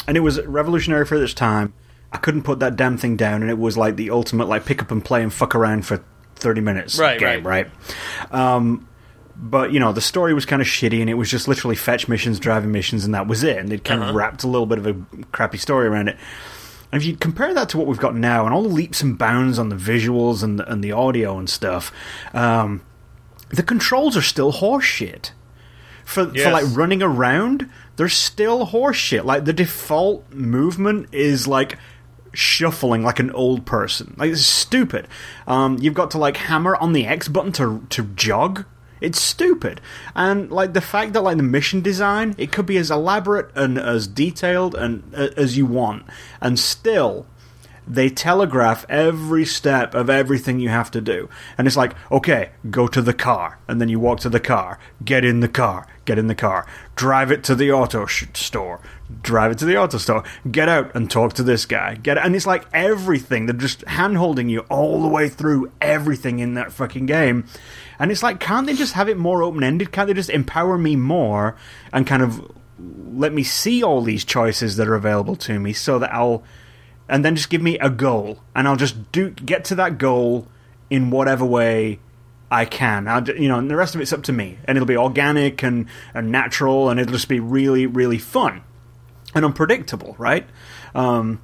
And it was revolutionary for its time. I couldn't put that damn thing down, and it was like the ultimate like pick up and play and fuck around for thirty minutes Right, game, right. right? Um, but you know the story was kind of shitty, and it was just literally fetch missions, driving missions, and that was it. And they'd kind Uh-huh. of wrapped a little bit of a crappy story around it. And if you compare that to what we've got now, and all the leaps and bounds on the visuals and the, and the audio and stuff, um, the controls are still horseshit. For for Yes. like running around, they're still horseshit. Like the default movement is like shuffling like an old person. Like it's stupid. Um, you've got to like hammer on the X button to to jog. It's stupid. And like the fact that like the mission design, it could be as elaborate and as detailed and uh, as you want, and still they telegraph every step of everything you have to do. And it's like, okay, go to the car. And then you walk to the car, get in the car, get in the car, drive it to the auto sh- store, drive it to the auto store, get out and talk to this guy. Get And it's like everything. They're just hand holding you all the way through everything in that fucking game. And it's like, can't they just have it more open ended? Can't they just empower me more and kind of let me see all these choices that are available to me so that I'll and then just give me a goal and I'll just do get to that goal in whatever way I can. I, d- you know, and the rest of it's up to me, and it'll be organic and and natural, and it'll just be really really fun and unpredictable, right? Um,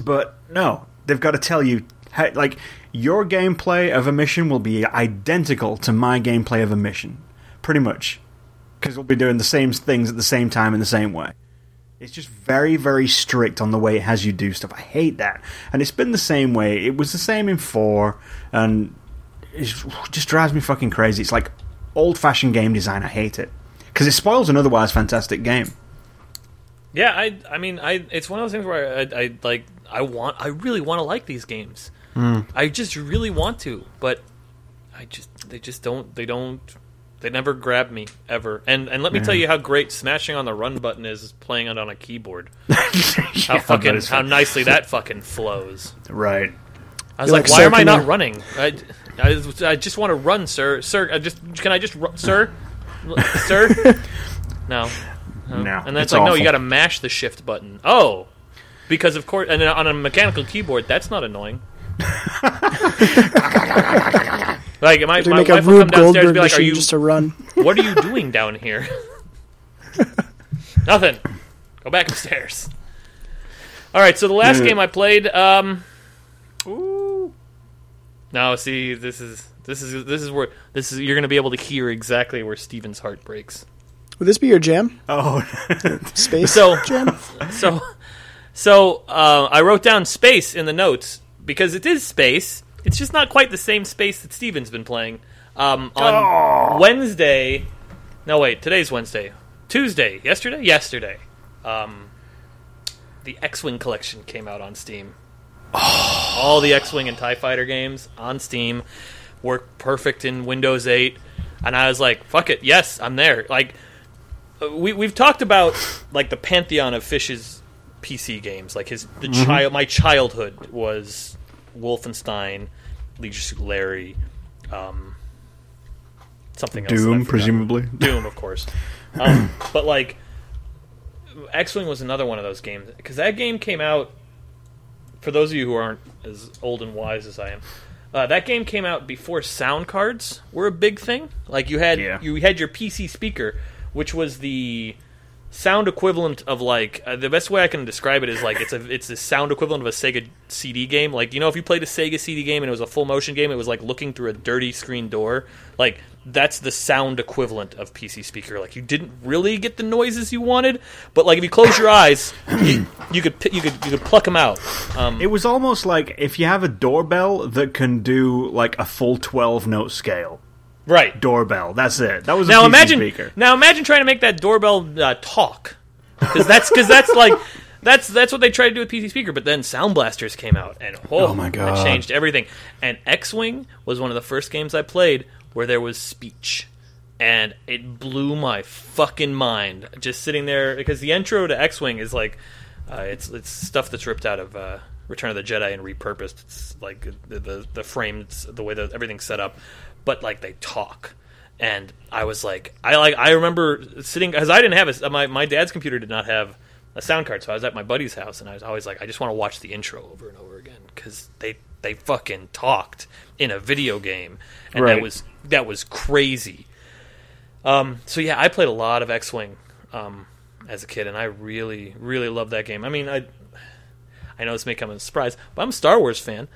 but no, they've got to tell you, hey, like, your gameplay of a mission will be identical to my gameplay of a mission, pretty much, because we'll be doing the same things at the same time in the same way. It's just very, very strict on the way it has you do stuff. I hate that, and it's been the same way. It was the same in four, and it just drives me fucking crazy. It's like old-fashioned game design. I hate it because it spoils an otherwise fantastic game. Yeah, I I mean I it's one of those things where I, I, I like I want I really want to like these games. Hmm. I just really want to, but I just they just don't they don't they never grab me ever. And and let me tell you how great smashing on the run button is playing it on a keyboard. How Yeah, that fucking is how fun. nicely that fucking flows. right. I was You're like, like, why "Sir, am I can not you-" running? I, I, I just want to run, sir. Sir, I just can I just ru- sir, L- sir? No, No, And then it's, it's like, no, you awful. got to mash the shift button. Oh, because of course, and then on a mechanical keyboard, that's not annoying. like my, To my make wife a will come Rube Goldberg downstairs and be like, "Are machine you? just to run. what are you doing down here? Nothing. Go back upstairs." All right, so the last Yeah. game I played, um, no, see, this is this is this is where this is you're going to be able to hear exactly where Steven's heart breaks. Would this be your jam? Oh, Space So- jam? So, so uh, I wrote down space in the notes because it is space. It's just not quite the same space that Steven's been playing. Um, on Wednesday, no wait, today's Wednesday. Tuesday, yesterday, yesterday. Um, the X-wing collection came out on Steam. All the X-wing and Tie Fighter games on Steam work perfect in Windows 8, and I was like, "Fuck it, yes, I'm there." Like, uh, we we've talked about like the pantheon of Fish's PC games. Like his the child, my childhood was Wolfenstein, Leisure Suit Larry, um, something else that I Doom, forgot. presumably. Doom, of course. Um, but like, X Wing was another one of those games because that game came out. For those of you who aren't as old and wise as I am, uh, that game came out before sound cards were a big thing. Like you had Yeah. you had your PC speaker, which was the sound equivalent of like uh, the best way I can describe it is like it's a it's the sound equivalent of a Sega CD game. Like you know if you played a Sega CD game and it was a full motion game, it was like looking through a dirty screen door. Like that's the sound equivalent of PC speaker. Like you didn't really get the noises you wanted, but like if you close your eyes, you, you could pi- you could you could pluck them out. Um, It was almost like if you have a doorbell that can do like a full twelve note scale. right. Doorbell. That's it. That was a Now PC imagine speaker. now imagine trying to make that doorbell uh, talk because that's because that's like that's that's what they tried to do with PC speaker, but then Sound Blasters came out and oh, Oh my that God. changed everything. And X Wing was one of the first games I played where there was speech. And it blew my fucking mind just sitting there because the intro to X Wing is like, uh, it's it's stuff that's ripped out of uh, Return of the Jedi and repurposed. It's like the the, the frames, the way that everything's set up, but like they talk and I was like, I like, I remember sitting because I didn't have a my my dad's computer did not have a sound card, so I was at my buddy's house, and I was always like, I just want to watch the intro over and over again because they they fucking talked in a video game, and that Right. was that was crazy. Um, so yeah, I played a lot of X Wing um, as a kid, and I really really loved that game. I mean, I I know this may come as a surprise, but I'm a Star Wars fan.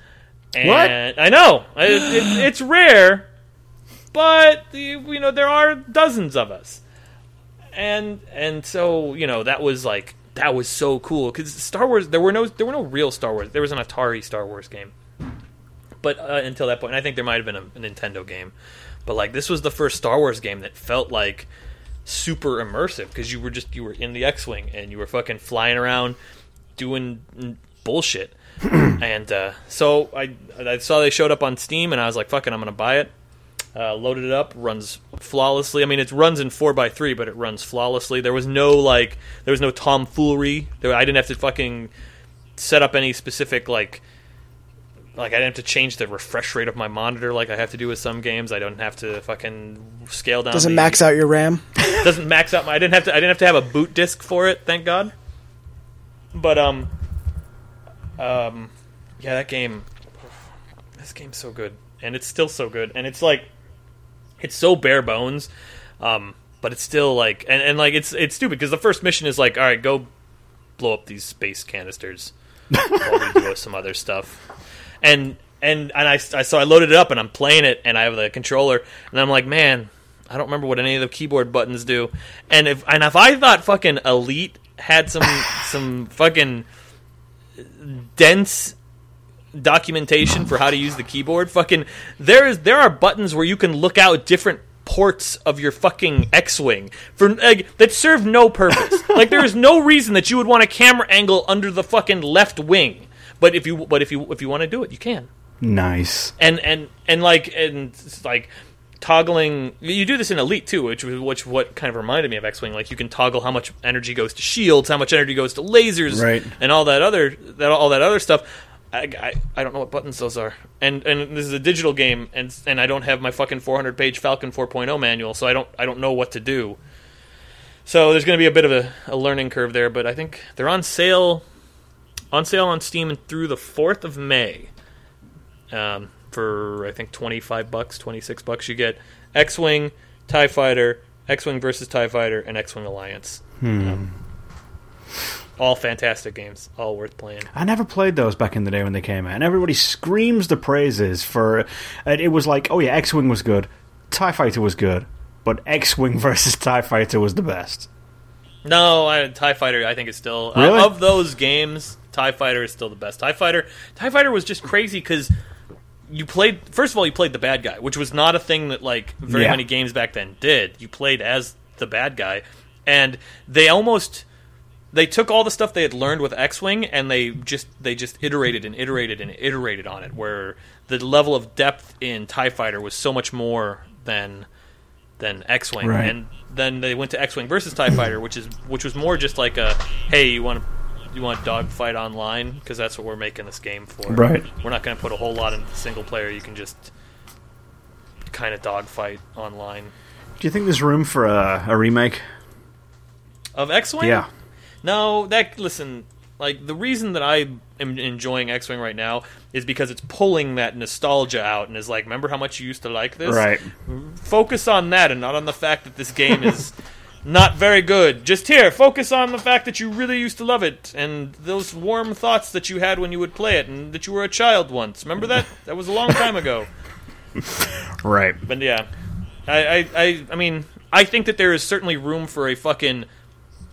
And I know it, it, it's rare, but you know there are dozens of us, and and so you know that was like that was so cool because Star Wars there were no there were no real Star Wars there was an Atari Star Wars game, but uh, until that point, and I think there might have been a, a Nintendo game, but like this was the first Star Wars game that felt like super immersive because you were just you were in the X-wing and you were fucking flying around doing mm, bullshit. and uh, so I I saw they showed up on Steam and I was like, "Fucking, I'm gonna buy it." Uh, loaded it up, runs flawlessly. I mean, it runs in four x three, but it runs flawlessly. There was no like, there was no tomfoolery. There, I didn't have to fucking set up any specific like like I didn't have to change the refresh rate of my monitor like I have to do with some games. I don't have to fucking scale down. Doesn't the- max out your RAM. doesn't max out my. I didn't have to. I didn't have to have a boot disk for it. Thank God. But um, um, yeah, that game. This game's so good. and it's still so good. And it's like it's so bare bones, um, but it's still like and, and like it's it's stupid because the first mission is like, all right, go blow up these space canisters while we do some other stuff, and and and I, I so I loaded it up and I'm playing it and I have the controller and I'm like, man, I don't remember what any of the keyboard buttons do, and if and if I thought fucking Elite had some some fucking dense documentation for how to use the keyboard. Fucking there is there are buttons where you can look out different ports of your fucking X-wing for like, that serve no purpose. like there is no reason that you would want a camera angle under the fucking left wing. But if you but if you if you want to do it, you can. Nice. And and and like and it's like toggling you do this in elite too which was which what kind of reminded me of x-wing like you can toggle how much energy goes to shields how much energy goes to lasers Right. and all that other that all that other stuff I, I, I don't know what buttons those are and and this is a digital game and and i don't have my fucking 400 page falcon 4.0 manual so i don't i don't know what to do so there's going to be a bit of a, a learning curve there but i think they're on sale on sale on steam through the 4th of may um, for I think twenty five bucks, twenty six bucks. You get X Wing, Tie Fighter, X Wing versus Tie Fighter, and X Wing Alliance. Um, all fantastic games, all worth playing. I never played those back in the day when they came out, and everybody screams the praises for. And it was like, oh yeah, X Wing was good, Tie Fighter was good, but X Wing versus Tie Fighter was the best. No, I, Tie Fighter, I think is still uh, Really? of those games. Tie Fighter is still the best. Tie Fighter, Tie Fighter was just crazy because you played. First of all, you played the bad guy, which was not a thing that like very Yeah. many games back then did. You played as the bad guy, and they almost they took all the stuff they had learned with X-wing and they just they just iterated and iterated and iterated on it. Where the level of depth in Tie Fighter was so much more than than X-wing, Right. and then they went to X-wing versus Tie Fighter, which is which was more just like a hey, you want you want dogfight online because that's what we're making this game for. Right. We're not going to put a whole lot into single player. You can just kind of dogfight online Do you think there's room for a, a remake? of X-wing. Yeah, No, that listen, like the reason that I am enjoying X Wing right now is because it's pulling that nostalgia out and is like, remember how much you used to like this? right. Focus on that and not on the fact that this game is not very good. Just here, focus on the fact that you really used to love it and those warm thoughts that you had when you would play it and that you were a child once. Remember that? That was a long time ago. Right. But yeah, I, I, I, I mean, I think that there is certainly room for a fucking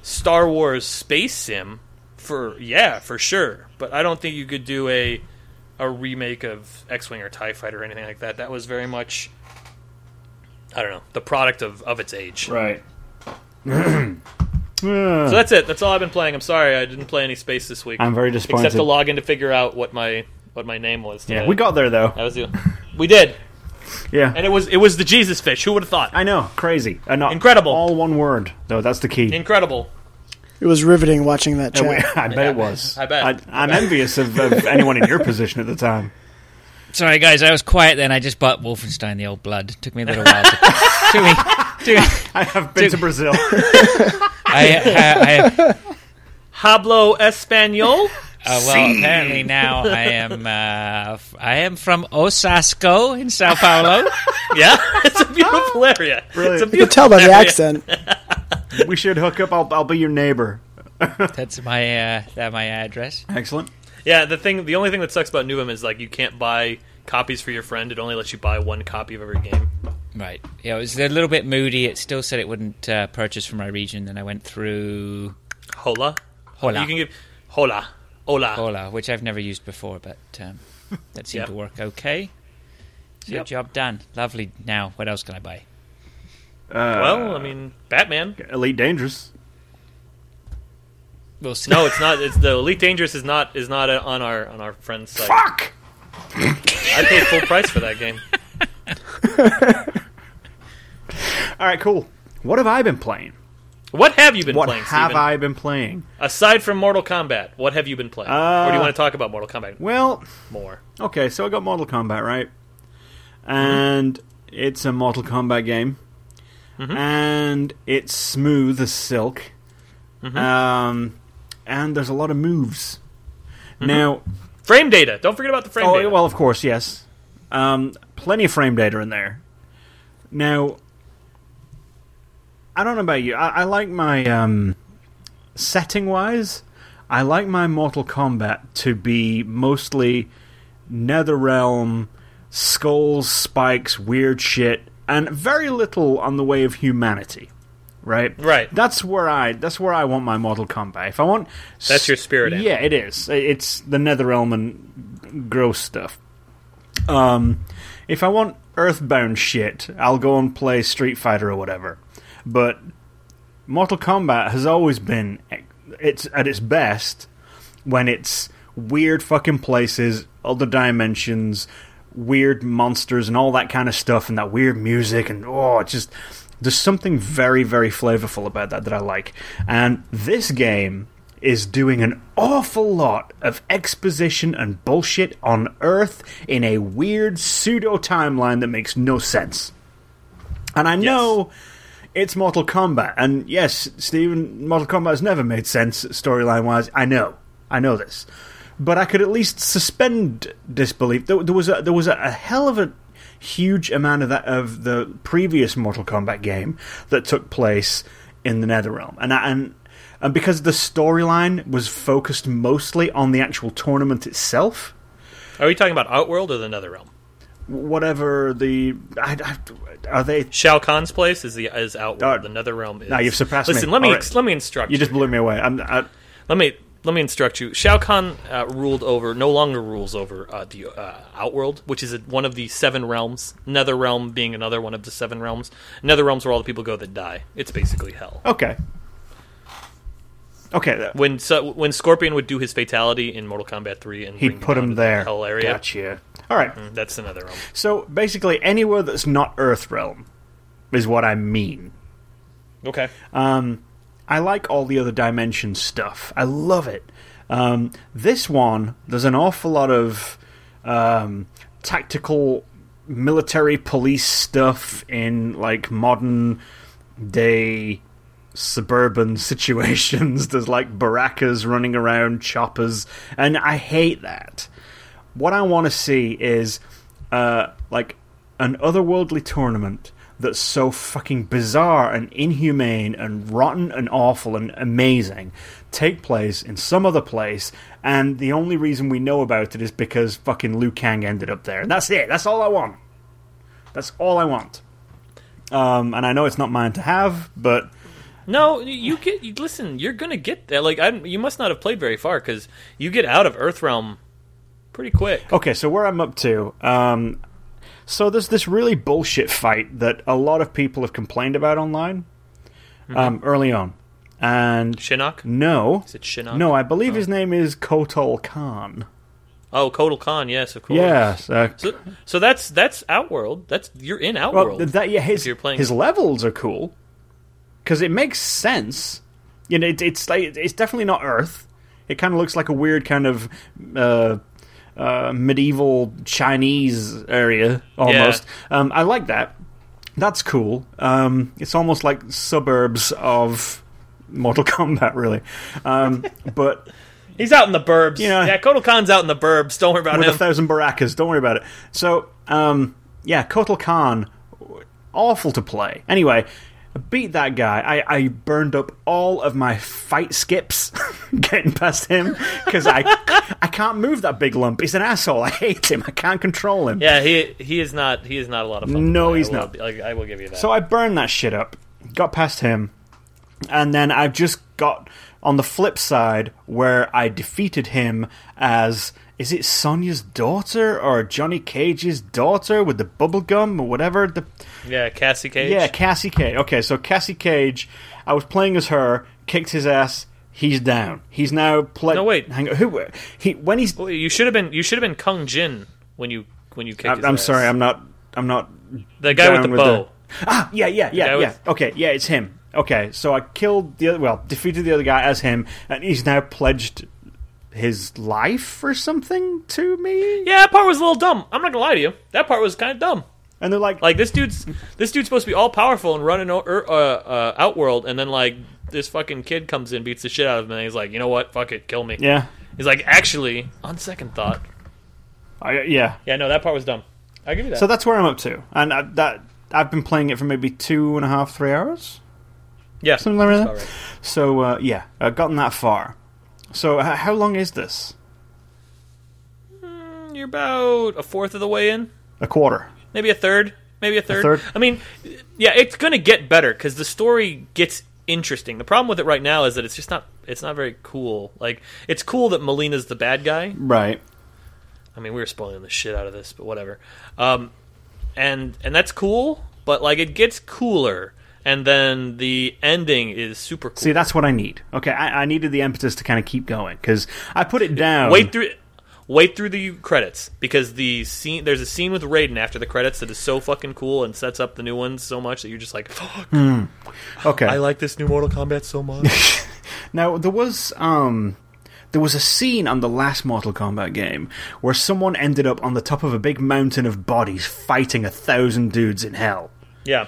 Star Wars space sim. For yeah, for sure. But I don't think you could do a a remake of X Wing or Tie Fighter or anything like that. That was very much, I don't know, the product of of its age. Right. So that's it. That's all I've been playing. I'm sorry I didn't play any space this week. I'm very disappointed. Except to log in to figure out what my what my name was. yeah, today. we got there that though. was the we did, Yeah. and it was it was the Jesus fish. Who would have thought? I know, crazy. And not Incredible. All one word, though. That's the key. Incredible. It was riveting watching that I chat. bet it was. I bet. I, am envious of, of anyone in your position at the time. Sorry, guys, I was quiet then. I just bought Wolfenstein: The Old Blood. Took me a little while. To, took me, took me- I have been to Brazil. I, uh, I, I, Pablo Espanol. uh, well, apparently now I am. Uh, f- I am from Osasco in Sao Paulo. yeah, it's a beautiful area. It's a Brilliant. You could beautiful tell by the area. accent. we should hook up. I'll, I'll be your neighbor. That's my uh, that my address. Excellent. Yeah, the thing, the only thing that sucks about Nuvum is like you can't buy copies for your friend. It only lets you buy one copy of every game. Right. Yeah, it was a little bit moody. It still said it wouldn't uh, purchase from my region. Then I went through Hola, Hola. You can give hola, hola. Hola, which I've never used before, but um, that seemed Yep. to work okay. So Yep. job done. Lovely. Now, what else can I buy? well, I mean, Batman. Elite Dangerous. We'll see. No, it's not. It's the Elite Dangerous is not is not uh, on our on our friend's site. Fuck. I paid full price for that game. All right, cool. What have I been playing? What have you been What playing, have Steven? I been playing? Aside from Mortal Kombat, what have you been playing? or Uh, do you want to talk about Mortal Kombat Well, more? okay. So I got Mortal Kombat right, and it's a Mortal Kombat game, and it's smooth as silk, um, and there's a lot of moves. Now, Frame data. Don't forget about the frame oh data. well, of course, yes. Um, Plenty of frame data in there. Now, I don't know about you. I, I like my um, setting wise. I like my Mortal Kombat to be mostly Netherrealm, skulls, spikes, weird shit, and very little on the way of humanity. Right, Right. That's where I. That's where I want my Mortal Kombat. If I want, That's your spirit animal. Yeah, it is. It's the Netherrealm and gross stuff. Um, if I want Earthbound shit, I'll go and play Street Fighter or whatever. But Mortal Kombat has always been it's at its best when it's weird fucking places, other dimensions, weird monsters and all that kind of stuff and that weird music and oh it's just there's something very very flavorful about that that I like. And this game is doing an awful lot of exposition and bullshit on Earth in a weird pseudo timeline that makes no sense. And I know it's Mortal Kombat, and yes, Steven, Mortal Kombat has never made sense storyline wise. I know, I know this, but I could at least suspend disbelief. There, there was a, there was a, a hell of a huge amount of that of the previous Mortal Kombat game that took place in the NetherRealm, and I, and and because the storyline was focused mostly on the actual tournament itself, Are we talking about Outworld or the Netherrealm? whatever the I, I, are they Shao Kahn's place is the is Oh. Outworld. the Netherrealm is. Now you've surpassed me. Listen, let me All ex- right. let me instruct you you. just blew me away. I'm, I, Let me let me instruct you. Shao Kahn uh, ruled over, no longer rules over uh, the uh, Outworld, which is a, one of the seven realms. Nether realm being another one of the seven realms. Nether realms where all the people go that die. It's basically hell. Okay. Okay. that- When so, when Scorpion would do his fatality in Mortal Kombat Three, and he bring put down him to the there. hell area. Mm. Gotcha. All right. That's another realm. So basically, anywhere that's not Earth realm is what I mean. Okay. I like all the other dimension stuff. I love it. Um, this one, there's an awful lot of um, tactical military police stuff in like modern day suburban situations. there's like barackas running around, choppers, and I hate that. What I want to see is uh, like an otherworldly tournament that's so fucking bizarre and inhumane and rotten and awful and amazing take place in some other place and the only reason we know about it is because fucking Liu Kang ended up there and that's it that's all I want that's all I want um, and I know it's not mine to have but No, you get. You, listen, you're gonna get that. Like, I, you must not have played very far because you get out of Earthrealm pretty quick. Okay, so where I'm up to, um, so there's this really bullshit fight that a lot of people have complained about online um, early on, and Shinnok. no, Mm-hmm. Is it Oh. Shinnok? no, I believe his name is Kotol Khan. Oh, Kotal Khan. Yes, of course. Yes, uh, So, so that's that's Outworld. That's you're in well, Outworld. that yeah, his if you're playing- his levels are cool because it makes sense. You know, it, it's like it's definitely not Earth. It kind of looks like a weird kind of. Uh, uh, medieval Chinese area almost. Um, I like that. That's cool. Um, it's almost like suburbs of Mortal Kombat, really. Um, but He's out in the burbs. know- yeah, Kotal Khan's out in the burbs. Don't worry about with him. a thousand baracas. Don't worry about it. So, um, yeah, Kotal Khan, awful to play. Anyway, I beat that guy. I, I burned up all of my fight skips getting past him because I I can't move that big lump. He's an asshole. I hate him. I can't control him. yeah, he he is not he is not a lot of fun. to No, play. I he's will not. be- Like, I will give you that. So I burned that shit up, got past him, and then I've just got on the flip side where I defeated him as is it Sonia's daughter or Johnny Cage's daughter with the bubblegum or whatever the yeah, Cassie Cage. yeah, Cassie Cage. Okay, so Cassie Cage, I was playing as her, kicked his ass. He's down. He's now playing. No, wait. Hang on. Who? He when he's. Well, you should have been you should have been Kung Jin when you when you kicked. I'm, his I'm ass. sorry. I'm not. I'm not. the guy with down the with bow. Ah, yeah, yeah, yeah, guy yeah. with- Okay, yeah, it's him. Okay, so I killed the other. Well, defeated the other guy as him, and he's now pledged his life or something to me. Yeah, that part was a little dumb. I'm not gonna lie to you. That part was kind of dumb. And they're like, Like this dude's this dude's supposed to be all powerful and running o- er, uh, uh, Outworld, and then like this fucking kid comes in, beats the shit out of him, and he's like, you know what? Fuck it, kill me. yeah, He's like, actually, on second thought, I, yeah. yeah, no, that part was dumb. I'll give you that. So that's where I'm up to, and I, that I've been playing it for maybe two and a half, three hours, yeah, something like that's that. about right. So uh, yeah, I've gotten that far. So h- how long is this? You're about a fourth of the way in, A quarter. maybe a third, maybe a third. third? I mean, yeah, it's gonna get better because the story gets interesting. The problem with it right now is that it's just not. It's not very cool. Like, it's cool that Molina's the bad guy, Right. I mean, we were spoiling the shit out of this, but whatever. Um, and and that's cool, but like it gets cooler, and then the ending is super cool. See, that's what I need. Okay, I, I needed the impetus to kind of keep going because I put it down. wait through, wait through the credits because the scene there's a scene with Raiden after the credits that is so fucking cool and sets up the new ones so much that you're just like, "Fuck, okay. I like this new Mortal Kombat so much. Now there was um there was a scene on the last Mortal Kombat game where someone ended up on the top of a big mountain of bodies fighting a thousand dudes in hell. yeah,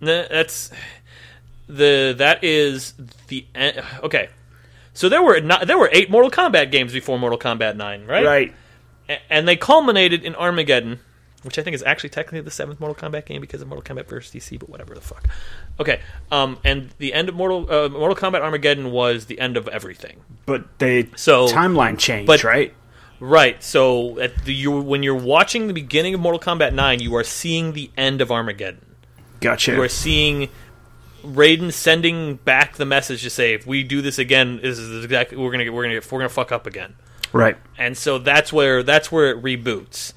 N- that's the that is the en- okay. So there were not, there were eight Mortal Kombat games before Mortal Kombat Nine, right? A- and they culminated in Armageddon, which I think is actually technically the seventh Mortal Kombat game because of Mortal Kombat vs. DC, but whatever the fuck. Okay, um, and the end of Mortal uh, Mortal Kombat Armageddon was the end of everything. But they So- timeline changed, but- right? Right. So at the, you when you're watching the beginning of Mortal Kombat Nine, you are seeing the end of Armageddon. Gotcha. You are seeing Raiden sending back the message to say, "If we do this again, this is exactly we're gonna get, we're gonna get, we're gonna fuck up again." right. and so that's where that's where it reboots.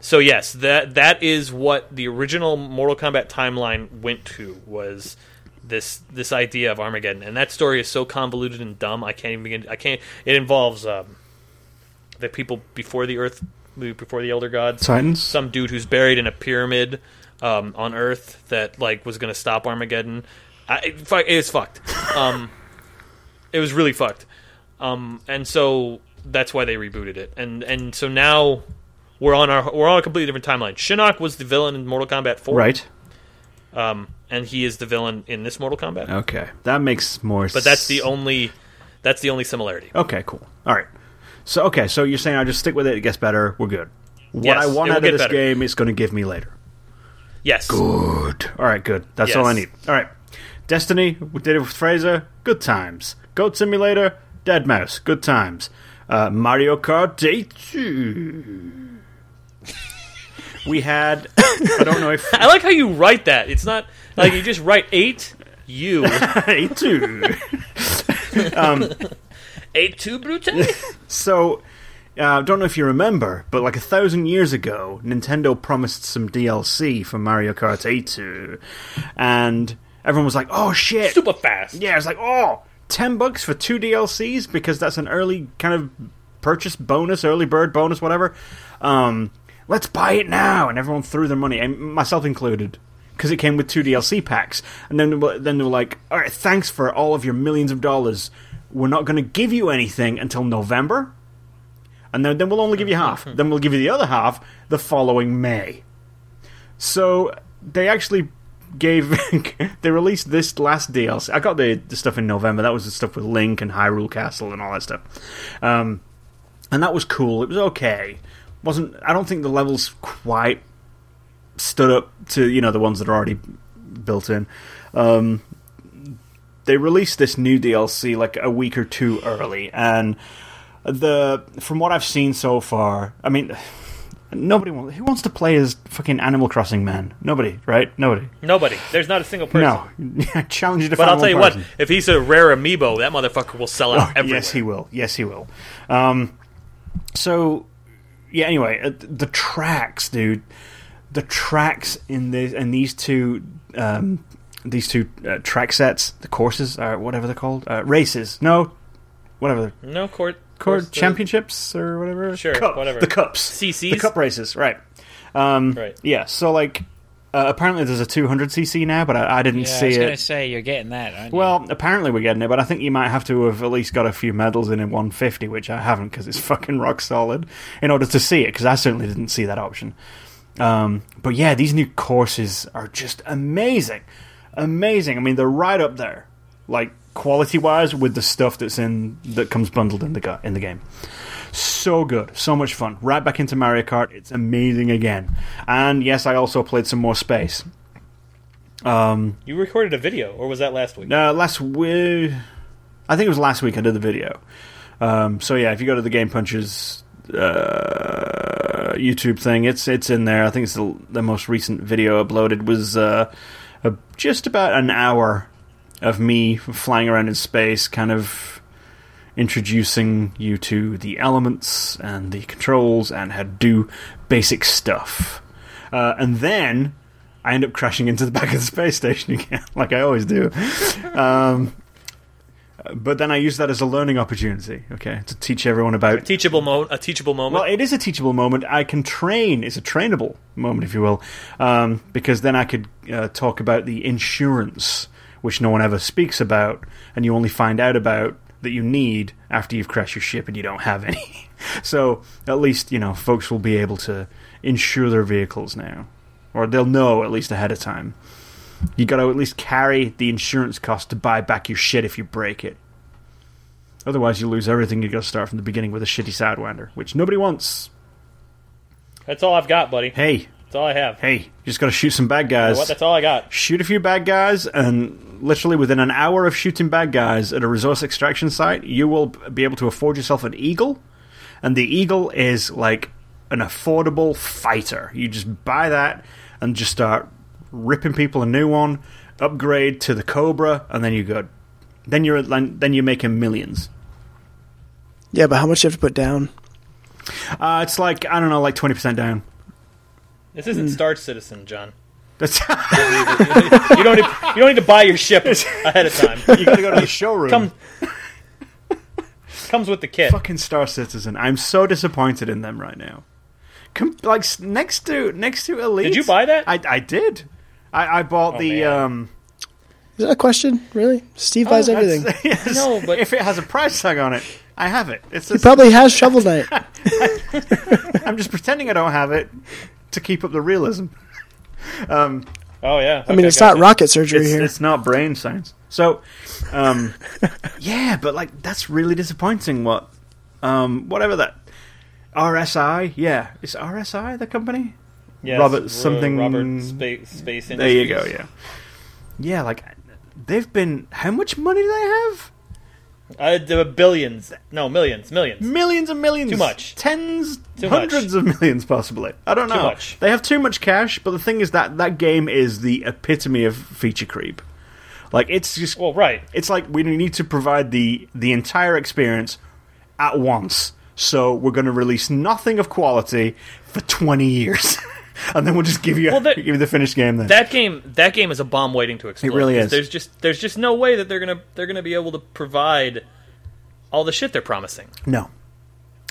So yes, that that is what the original Mortal Kombat timeline went to was this this idea of Armageddon, and that story is so convoluted and dumb. I can't even begin. I can't. It involves um, the people before the Earth, before the Elder Gods Titans. some dude who's buried in a pyramid um, on Earth that like was going to stop Armageddon. I, it, fu- it was fucked. Um, it was really fucked. Um, and so that's why they rebooted it. And and so now we're on our we're on a completely different timeline. Shinnok was the villain in Mortal Kombat Four, right. Um, and he is the villain in this Mortal Kombat. Okay. That makes more But that's the only that's the only similarity. Okay, cool. All right. So okay, so you're saying I just stick with it, it gets better, we're good. What Yes, I want it will out of get this better. game it's gonna give me later. Yes. Good. All right, good. That's all I Yes. need. All right. Destiny, we did it with Fraser. Good times. Goat Simulator, Dead Mouse. Good times. Uh, Mario Kart 8. we had. I don't know if. I like how you write that. It's not like you just write eight you Eight two. eight two brute. So, I uh, don't know if you remember, but like a thousand years ago, Nintendo promised some DLC for Mario Kart 8. And everyone was like, oh shit. super fast. Yeah, it's like, oh, 10 bucks for two DLCs because that's an early kind of purchase bonus, early bird bonus, whatever. Um, let's buy it now. And everyone threw their money, and myself included, because it came with two DLC packs. And then, they were- then they were like, all right, thanks for all of your millions of dollars. We're not going to give you anything until November. And then, then we'll only give you half. then we'll give you the other half the following May. So they actually gave they released this last DLC. I got the, the stuff in November. That was the stuff with Link and Hyrule Castle and all that stuff. Um, and that was cool. It was okay. wasn't I don't think the levels quite stood up to you know the ones that are already built in. Um, they released this new DLC like a week or two early, and the from what I've seen so far, I mean. Nobody wants. Who wants to play as fucking Animal Crossing man? Nobody, right? Nobody. Nobody. There's not a single person. No. I challenge you to But find I'll tell one you person. Oh, what, if he's a rare amiibo, that motherfucker will sell out everywhere. Yes, he will. Yes, he will. Um, so, yeah. Anyway, uh, the tracks, dude. The tracks in this and these two, um, these two uh, track sets, the courses, uh, whatever they're called, uh, races. No, whatever. No court. uh, Court course, the- championships or whatever. Sure, Cup- whatever. The cups. CCs? The cup races. Right. Um, Right. Yeah. So like, uh, apparently there's a 200 cc now, but I, I didn't Yeah, see I was it. going to say you're getting that. Aren't you? Well, apparently we're getting it, but I think you might have to have at least got a few medals in in 150, which I haven't because it's fucking rock solid, in order to see it, because I certainly didn't see that option. Um, but yeah, these new courses are just amazing. Amazing. I mean, they're right up there, like quality wise, with the stuff that's in that comes bundled in the, gu- in the game. so good, so much fun. Right back into Mario Kart, it's amazing again. And yes, I also played some more space. You recorded a video, or was that last week? Uh, last week, I think it was last week I did the video. Um, so yeah, if you go to the Game Punches uh, YouTube thing, it's it's in there. I think it's the, the most recent video uploaded was uh, uh, just about an hour of me flying around in space, kind of introducing you to the elements and the controls and how to do basic stuff. Uh, and then I end up crashing into the back of the space station again, like I always do. Um, but then I use that as a learning opportunity, okay, to teach everyone about Teachable mo- a teachable moment. well, it is a teachable moment. I can train. It's a trainable moment, if you will, um, because then I could uh, talk about the insurance, which no one ever speaks about, and you only find out about that you need after you've crashed your ship and you don't have any. so at least you know folks will be able to insure their vehicles now, or they'll know at least ahead of time. You got to at least carry the insurance cost to buy back your shit if you break it. Otherwise, you lose everything. You got to start from the beginning with a shitty Sidewinder, which nobody wants. That's all I've got, buddy. Hey, That's all I have. hey, you just got to shoot some bad guys. What? That's all I got. shoot a few bad guys, and literally within an hour of shooting bad guys at a resource extraction site, you will be able to afford yourself an eagle. And the eagle is like an affordable fighter. You just buy that and just start ripping people a new one, upgrade to the cobra, and then you go. Then you're then you're making millions. Yeah, but how much do you have to put down? Uh, it's like I don't know, like twenty percent down. This Mm. isn't Star Citizen, John. That's You don't. Need, you don't need to buy your ship ahead of time. you gotta go to the showroom. Come- Comes with the kit. fucking Star Citizen. I'm so disappointed in them right now. Com- like s- next to next to Elite. Did you buy that? I, I did. I, I bought the. man. Um, Is that a question? Really? Steve buys everything. Oh, that's- yes. No, but- if it has a price tag on it, I have it. It's He just, probably has Shovel Knight. I'm just pretending I don't have it to keep up the realism. Oh yeah. I mean, it's not rocket surgery it's, here. it's not brain science. So, um, yeah, but like that's really disappointing. What, um, whatever that RSI, yeah, it's RSI the company. Yes, Robert Ro- something- Robert Space Space. There you go. Industries. Yeah, yeah. Like they've been. How much money do they have? Uh, the billions. No, millions. Millions. Millions and millions. Too much. Tens. Too much. hundreds of millions, possibly. I don't know. much. They have too much cash. But the thing is that that game is the epitome of feature creep. Like it's just Well, right. it's like we need to provide the the entire experience at once. So we're going to release nothing of quality for twenty years, and then we'll just give you Well, that- give you the finished game. Then That game. That game is a bomb waiting to explode. really 'cause is. There's just. There's just no way that they're gonna. They're gonna be able to provide all the shit they're promising. no,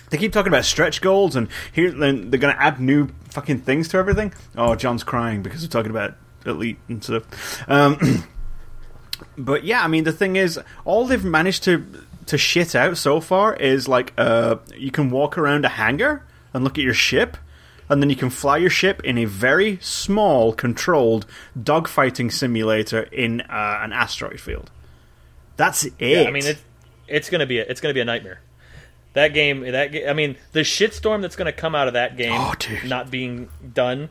they keep talking about stretch goals, and here then they're going to add new fucking things to everything. Oh, John's crying because we're talking about elite and stuff. Um, but yeah, I mean the thing is, all they've managed to to shit out so far is like uh, you can walk around a hangar and look at your ship, and then you can fly your ship in a very small, controlled dogfighting simulator in uh, an asteroid field. That's it. Yeah, I mean, it, it's gonna be. A, it's gonna be a nightmare. That game. That ga- I mean, the shitstorm that's gonna come out of that game Oh, dude. not being done.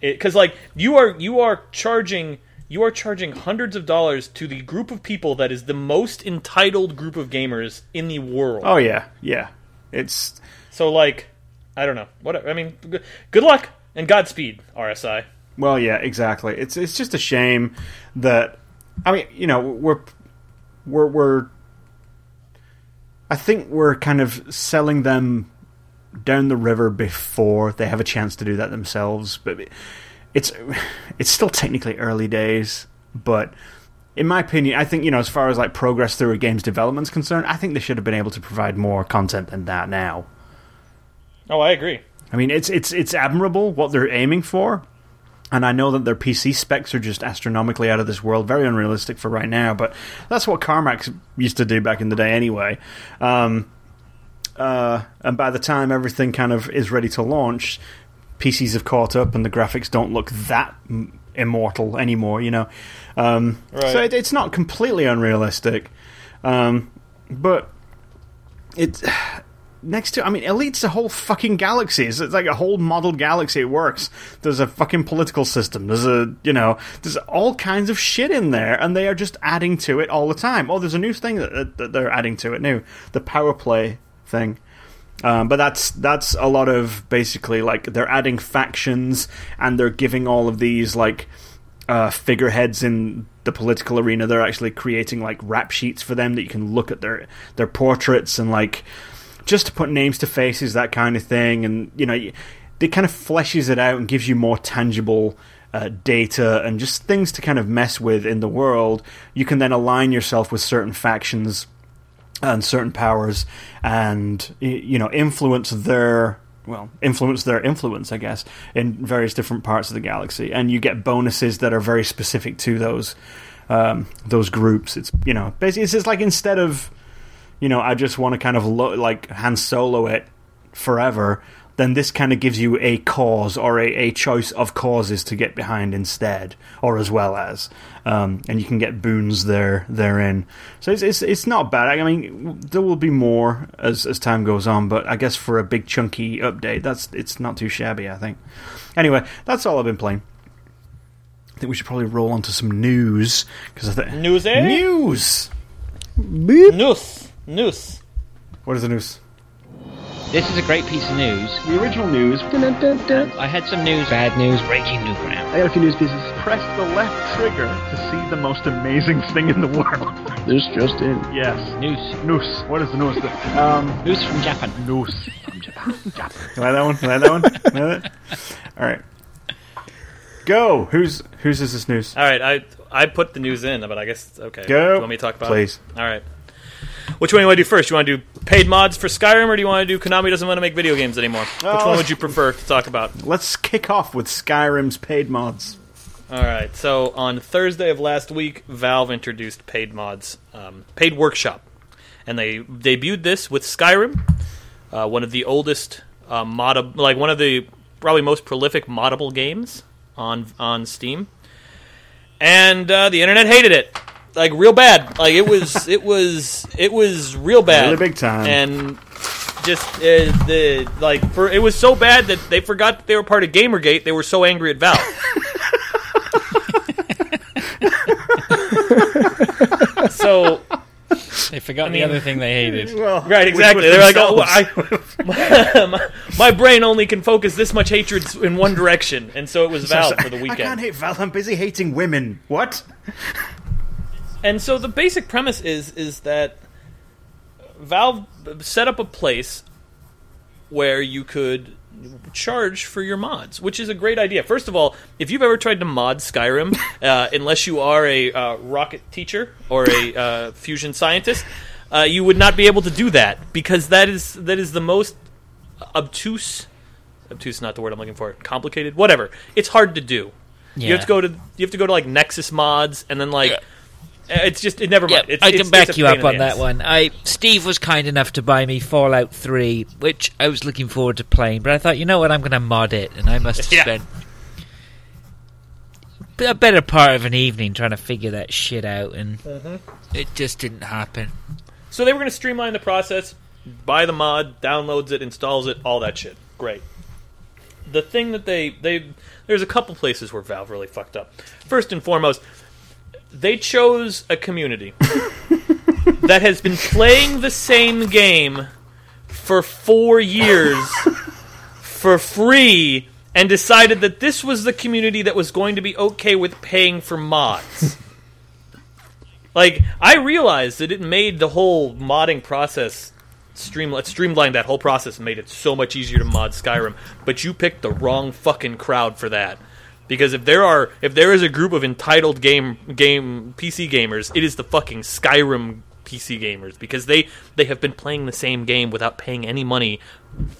Because like you are you are charging you are charging hundreds of dollars to the group of people that is the most entitled group of gamers in the world. oh yeah, yeah. It's So like, I don't know. What I mean, g- good luck and Godspeed, RSI. Well, yeah, exactly. It's it's just a shame that I mean, you know, we're we're we're I think we're kind of selling them down the river before they have a chance to do that themselves, but it- it's it's still technically early days, but in my opinion, I think you know as far as like progress through a game's development's concerned, I think they should have been able to provide more content than that now. Oh, I agree. I mean, it's it's it's admirable what they're aiming for, and I know that their PC specs are just astronomically out of this world, very unrealistic for right now. But that's what Carmax used to do back in the day, anyway. Um, uh, and by the time everything kind of is ready to launch, PCs have caught up, and the graphics don't look that m- immortal anymore. You know, um, Right. so it, it's not completely unrealistic, um, but it's next to. I mean, Elite's a whole fucking galaxy. It's, it's like a whole model galaxy. It works. There's a fucking political system. There's a you know. There's all kinds of shit in there, and they are just adding to it all the time. Oh, there's a new thing that, that, that they're adding to it new. The power play thing. Um, but that's that's a lot of basically like they're adding factions and they're giving all of these like uh, figureheads in the political arena. They're actually creating like rap sheets for them that you can look at their their portraits and like just to put names to faces, that kind of thing. And you know, they kind of fleshes it out and gives you more tangible uh, data and just things to kind of mess with in the world. You can then align yourself with certain factions and certain powers and y- you know influence their well influence their influence i guess in various different parts of the galaxy and you get bonuses that are very specific to those um, those groups it's you know basically it's just like instead of you know i just want to kind of lo- like hand solo it forever then this kind of gives you a cause or a, a choice of causes to get behind instead or as well as um, and you can get boons there therein so it's, it's it's not bad i mean there will be more as as time goes on but i guess for a big chunky update that's it's not too shabby i think anyway that's all i've been playing i think we should probably roll onto some news because i think News, eh? news Boop. Noose. Noose. what is the news This is a great piece of news. the original news I had some news, bad news, breaking new ground. I got a few news pieces. Press the left trigger to see the most amazing thing in the world. This just in. yes. News. Noose. What is the noose? Um, News from Japan. noose. From Japan. Japan. Like that one? Like that one? Like that? All right. Go. Who's who's is this news? All right, I I put the news in, but I guess okay. Go. Uh, Do you want me to talk about Please. it? All right. Which one do you want to do first? You want to do paid mods for Skyrim, or do you want to do Konami doesn't want to make video games anymore? Which Oh. one would you prefer to talk about? Let's kick off with Skyrim's paid mods. All right. So on Thursday of last week, Valve introduced paid mods, um, paid workshop, and they debuted this with Skyrim, uh, one of the oldest uh, mod, like one of the probably most prolific moddable games on on Steam, and uh, the internet hated it. Like real bad. Like it was, it was, it was real bad. Really big time. And just uh, the like for it was so bad that they forgot that they were part of Gamergate. They were so angry at Valve. so They forgot the other thing they hated. Well, right, exactly. They're like, oh, I, my, my brain only can focus this much hatred in one direction, and so it was Valve for the I can't weekend. Oh. hate Val. I'm busy hating women. What? and so the basic premise is is that Valve set up a place where you could charge for your mods, which is a great idea. First of all, if you've ever tried to mod Skyrim, uh, unless you are a uh, rocket teacher or a uh, fusion scientist, uh, you would not be able to do that because that is that is the most obtuse. Obtuse is not the word I'm looking for. Complicated, whatever. It's hard to do. You have to go to you have to go to like Nexus mods and then like Uh, it's just it never Yeah, mind. It's, I can it's- back it's a you pain up in the on that ass. one. I Steve was kind enough to buy me Fallout 3, which I was looking forward to playing, but I thought, you know what, I'm going to mod it, and I must have Yeah. spent b- a better part of an evening trying to figure that shit out, and it just didn't happen. So they were going to streamline the process, buy the mod, downloads it, installs it, all that shit. Great. The thing that they they there's a couple places where Valve really fucked up. First and foremost, they chose a community that has been playing the same game for 4 years for free and decided that this was the community that was going to be okay with paying for mods. Like I realized that it made the whole modding process streamlined, streamlined that whole process and made it so much easier to mod Skyrim. But you picked the wrong fucking crowd for that. Because if there are if there is a group of entitled game game PC gamers, it is the fucking Skyrim PC gamers because they they have been playing the same game without paying any money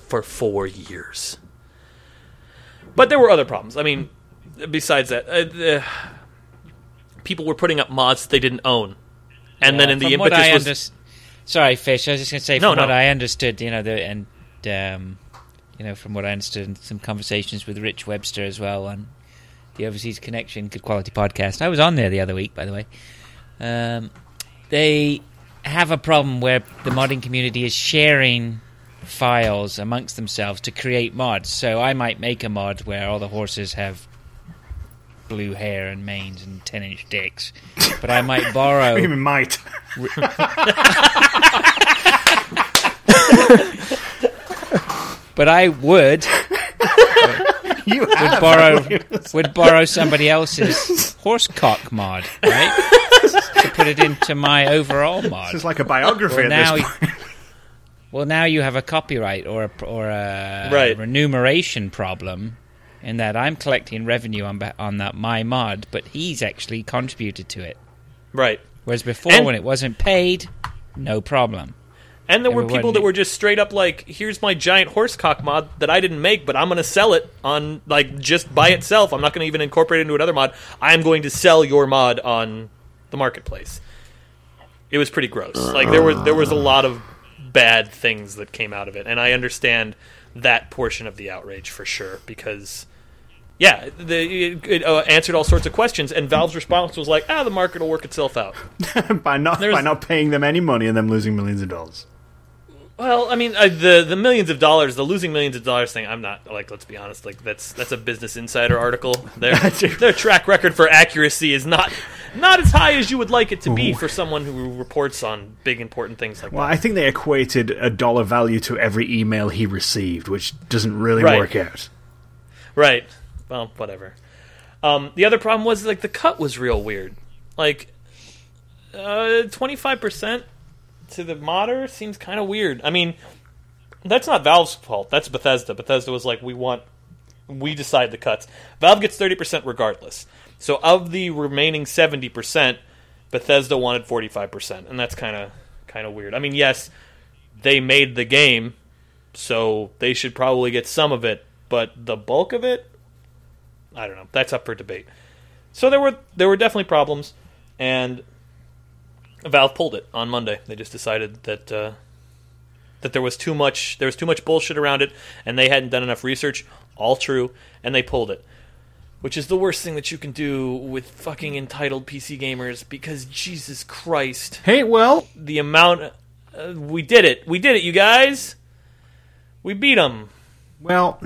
for 4 years. But there were other problems. I mean, besides that, uh, the, people were putting up mods that they didn't own. And then in the From what impetus I was unders- Sorry, Fish. I was just going to say, No, from no. what I understood, you know, the, and um, you know, from what I understood, in some conversations with Rich Webster as well on the Overseas Connection Good Quality Podcast. I was on there the other week, by the way. Um, they have a problem where the modding community is sharing files amongst themselves to create mods. So I might make a mod where all the horses have blue hair and manes and 10 inch dicks, but I might borrow. Even might. But I would You would have. borrow would borrow somebody else's horse cock mod, right? to put it into my overall mod. This is like a biography Well, at this now point. Well, now you have a copyright or a, or a Right. remuneration problem, in that I'm collecting revenue on ba- on that my mod, but he's actually contributed to it. Right. Whereas before, And- when it wasn't paid, no problem. And there were Everyone people that knew- were just straight up like, "Here's my giant horse cock mod that I didn't make, but I'm going to sell it on like just by itself. I'm not going to even incorporate it into another mod. I'm going to sell your mod on the marketplace." It was pretty gross. Like there were there was a lot of bad things that came out of it, and I understand that portion of the outrage for sure because. Yeah, the, it, it uh, answered all sorts of questions, and Valve's response was like, "Ah, the market will work itself out." by not by There's- not paying them any money and them losing millions of dollars. Well, I mean, uh, the the millions of dollars, the losing millions of dollars thing. I'm not like, let's be honest, like that's that's a Business Insider article. Their their track record for accuracy is not not as high as you would like it to be for someone who reports on big important things like Well, I think they equated a dollar value to every email he received, which doesn't really Right. work out. that. Right. Well, whatever. Um, the other problem was like the cut was real weird. Like, twenty five percent to the modder seems kind of weird. I mean, that's not Valve's fault. That's Bethesda. Bethesda was like, we want, we decide the cuts. Valve gets thirty percent regardless. So of the remaining seventy percent, Bethesda wanted forty five percent, and that's kind of kind of weird. I mean, yes, they made the game, so they should probably get some of it, but the bulk of it, I don't know. That's up for debate. So there were there were definitely problems, and Valve pulled it on Monday. They just decided that uh, that there was too much there was too much bullshit around it, and they hadn't done enough research. All true, and they pulled it, which is the worst thing that you can do with fucking entitled PC gamers because Jesus Christ, Hey, well, the amount uh, we did it, we did it, you guys, we beat them. well,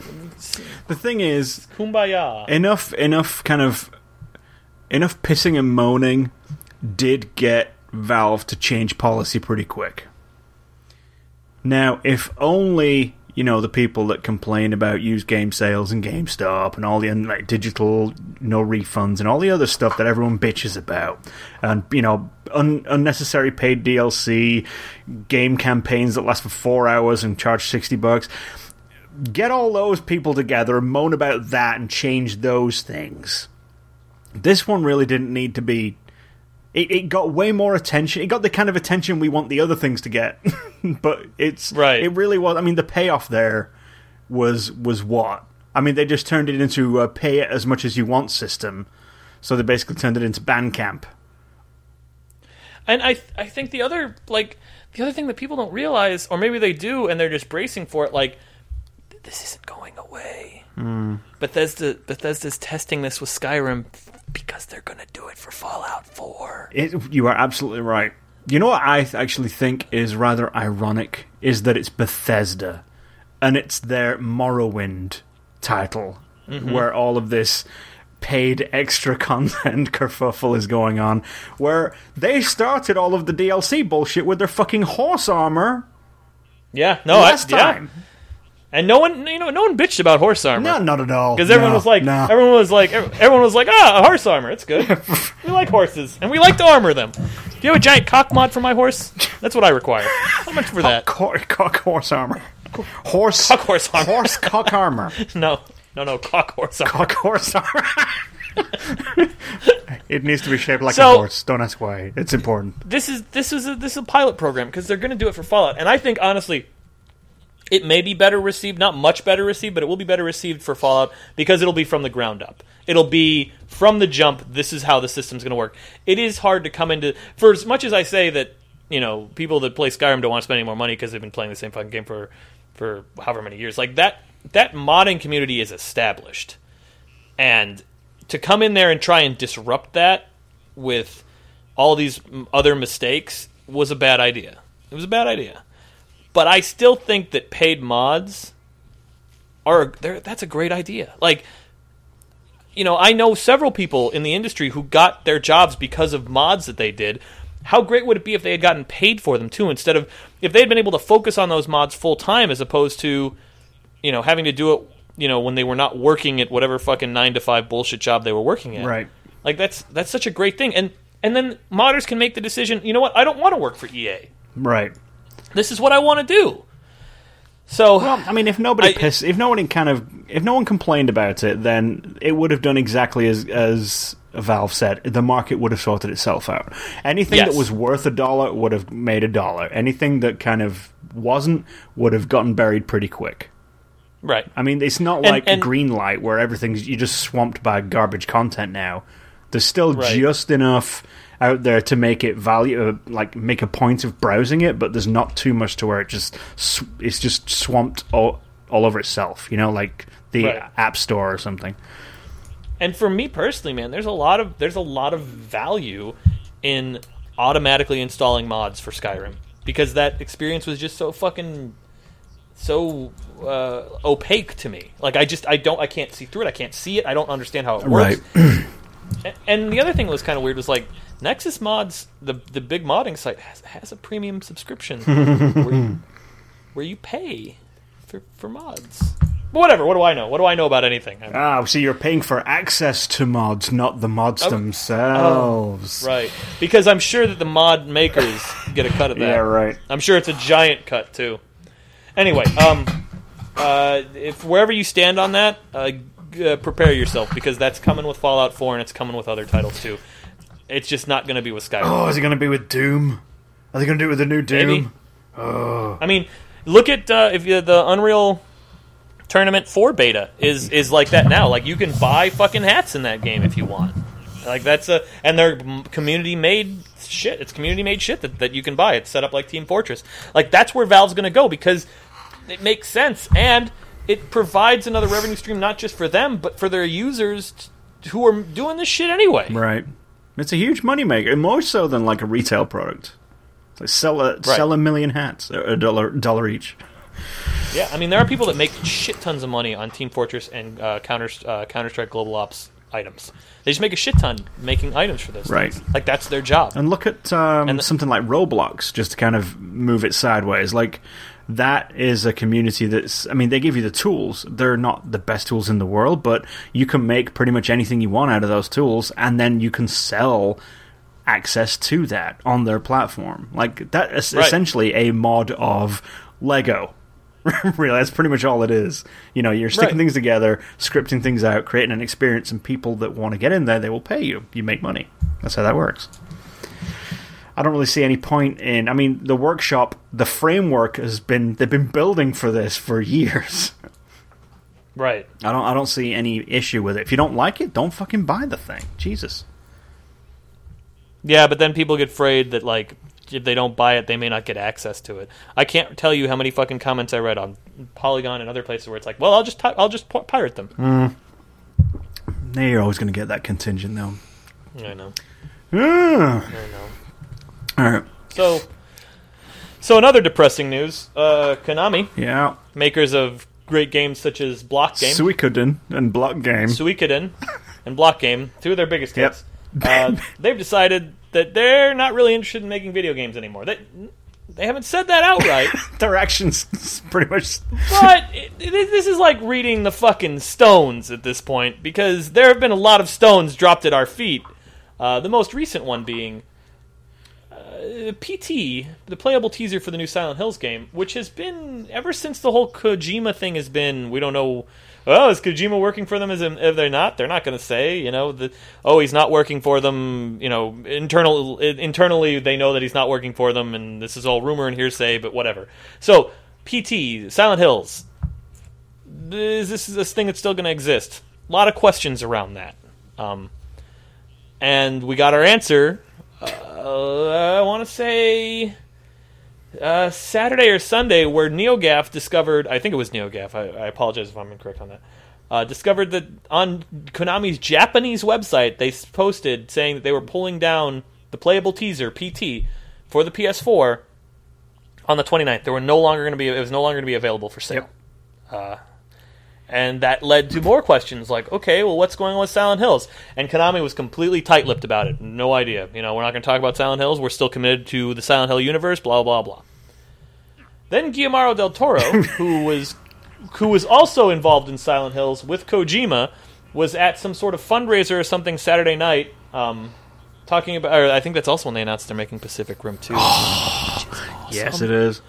the thing is, Kumbaya. enough enough kind of enough pissing and moaning did get Valve to change policy pretty quick. Now, if only you know the people that complain about used game sales and GameStop and all the and like digital no refunds and all the other stuff that everyone bitches about, and you know un- unnecessary paid DLC, game campaigns that last for four hours and charge sixty bucks get all those people together and moan about that and change those things. This one really didn't need to be. It, it got way more attention. It got the kind of attention we want the other things to get, but it's Right. It really was. I mean, the payoff there was was what? I mean, they just turned it into a pay it as much as you want system. So they basically turned it into Bandcamp. And I, I think the other like the other thing that people don't realize, or maybe they do, and they're just bracing for it. Like this isn't going away. Bethesda, Bethesda's testing this with Skyrim because they're gonna do it for Fallout Four. It, you are absolutely right. You know what I th- actually think is rather ironic is that it's Bethesda, and it's their Morrowind title Mm-hmm. where all of this paid extra content kerfuffle is going on, where they started all of the DLC bullshit with their fucking horse armor Yeah, no, Oh, I, last time. Yeah. and no one, you know, no one bitched about horse armor. No, not at all. Because everyone No, was like, no. everyone was like, ev- everyone was like, ah, a horse armor, it's good. we like horses, and we like to armor them. Do you have a giant cock mod for my horse? That's what I require. How much for that? Cor- cock horse armor, horse Cock horse armor. horse cock armor. No, no, no, cock horse armor. cock horse armor. it needs to be shaped like So- a horse. Don't ask why. It's important. this is this is a this is a pilot program because they're going to do it for Fallout, and I think honestly, it may be better received, not much better received, but it will be better received for Fallout because it'll be from the ground up. It'll be from the jump. This is how the system's going to work. It is hard to come into for as much as I say that you know people that play Skyrim don't want to spend any more money because they've been playing the same fucking game for for however many years. Like that that modding community is established, and to come in there and try and disrupt that with all these m- other mistakes was a bad idea. It was a bad idea. But I still think that paid mods are they're- that's a great idea. Like you know, I know several people in the industry who got their jobs because of mods that they did. How great would it be if they had gotten paid for them too instead of if they had been able to focus on those mods full time as opposed to you know, having to do it, you know, when they were not working at whatever fucking 9 to 5 bullshit job they were working at. Right. Like that's that's such a great thing. And and then modders can make the decision, you know what? I don't want to work for E EA. Right. This is what I want to do. So Well, I mean, if nobody I- pissed, if no one kind of, if no one complained about it, then it would have done exactly as as Valve said. The market would have sorted itself out. Anything Yes. that was worth a dollar would have made a dollar. Anything that kind of wasn't would have gotten buried pretty quick. right. I mean, it's not like and- green light where everything's you're just swamped by garbage content now. There's still Right. just enough out there to make it value, uh, like make a point of browsing it, but there's not too much to where it just sw- it's just swamped all, all over itself. You know, like the Right. app store or something. And for me personally, man, there's a lot of there's a lot of value in automatically installing mods for Skyrim because that experience was just so fucking so uh, opaque to me. Like I just I don't I can't see through it. I can't see it. I don't understand how it works. A- and the other thing that was kind of weird was like Nexus Mods, the the big modding site has, has a premium subscription where, where you pay for for mods. But whatever. What do I know? What do I know about anything? I'm- Ah, so you're paying for access to mods, not the mods themselves. Oh, Right. Because I'm sure that the mod makers get a cut of that. Yeah, right. I'm sure it's a giant cut too. Anyway, um, uh, if wherever you stand on that, uh, g- uh, prepare yourself because that's coming with Fallout 4 and it's coming with other titles too. It's just not going to be with Skyrim. Oh, is it going to be with Doom? Are they going to do it with the new Doom? Maybe. I mean, look at uh, if you, the Unreal Tournament 4 beta is is like that now. Like you can buy fucking hats in that game if you want. Like that's a and they're community made shit. It's community made shit that, that you can buy. It's set up like Team Fortress. Like that's where Valve's going to go because it makes sense and it provides another revenue stream not just for them but for their users t- who are doing this shit anyway. Right. It's a huge moneymaker, and more so than like a retail product. It's Like sell a sell a million hats, a a dollar dollar each. Yeah, I mean, there are people that make shit tons of money on Team Fortress and uh, Counter uh, Counter Strike Global Ops items. They just make a shit ton making items for those. Right. things. like that's their job. And look at um, And the- something like Roblox, just to kind of move it sideways. Like that is a community that's. I mean, they give you the tools. They're not the best tools in the world, but you can make pretty much anything you want out of those tools, and then you can sell access to that on their platform. Like that is Right. essentially a mod of Lego. really, that's pretty much all it is. You know, you're sticking Right. things together, scripting things out, creating an experience, and people that want to get in there, they will pay you. You make money. That's how that works. I don't really see any point in. I mean, the workshop, the framework has been they've been building for this for years. right. I don't I don't see any issue with it. If you don't like it, don't fucking buy the thing. Jesus. Yeah, but then people get afraid that like if they don't buy it, they may not get access to it. I can't tell you how many fucking comments I read on Polygon and other places where it's like, well, I'll just i I'll just pi- pirate them. Mm. Now you're always going to get that contingent though. I know. Ah. I know. All right. So. So, another depressing news: uh, Konami, Yeah. makers of great games such as Block Game, Suikoden and Block Game. Suikoden and Block Game, two of their biggest Yep. hits, uh, they've decided that they're not really interested in making video games anymore. They, they haven't said that outright, Their actions pretty much but it, it, is- this is like reading the fucking stones at this point because there have been a lot of stones dropped at our feet. Uh, the most recent one being uh, PT, the playable teaser for the new Silent Hills game, which has been ever since the whole Kojima thing has been. We don't know. Well, is Kojima working for them? Is if they're not, they're not going to say. You know, the, oh, he's not working for them. You know, internal i- internally they know that he's not working for them, and this is all rumor and hearsay, but whatever. So, PT, Silent Hills, is this is this thing that's still going to exist? A lot of questions around that, um, and we got our answer. Uh, I want to say uh, Saturday or Sunday, where NeoGaf discovered. I think it was NeoGaf. I, I apologize if I'm incorrect on that. Uh, discovered that on Konami's Japanese website, they s- posted saying that they were pulling down the playable teaser PT for the PS4 on the 29th there were no longer going to be it was no longer going to be available for sale Yep. and that led to more questions like okay well what's going on with silent hills and konami was completely tight-lipped about it no idea you know we're not going to talk about silent hills we're still committed to the silent hill universe blah blah blah then guillermo del toro who was who was also involved in silent hills with kojima was at some sort of fundraiser or something saturday night um, talking about or i think that's also when they announced they're making pacific rim 2 Yes, it is.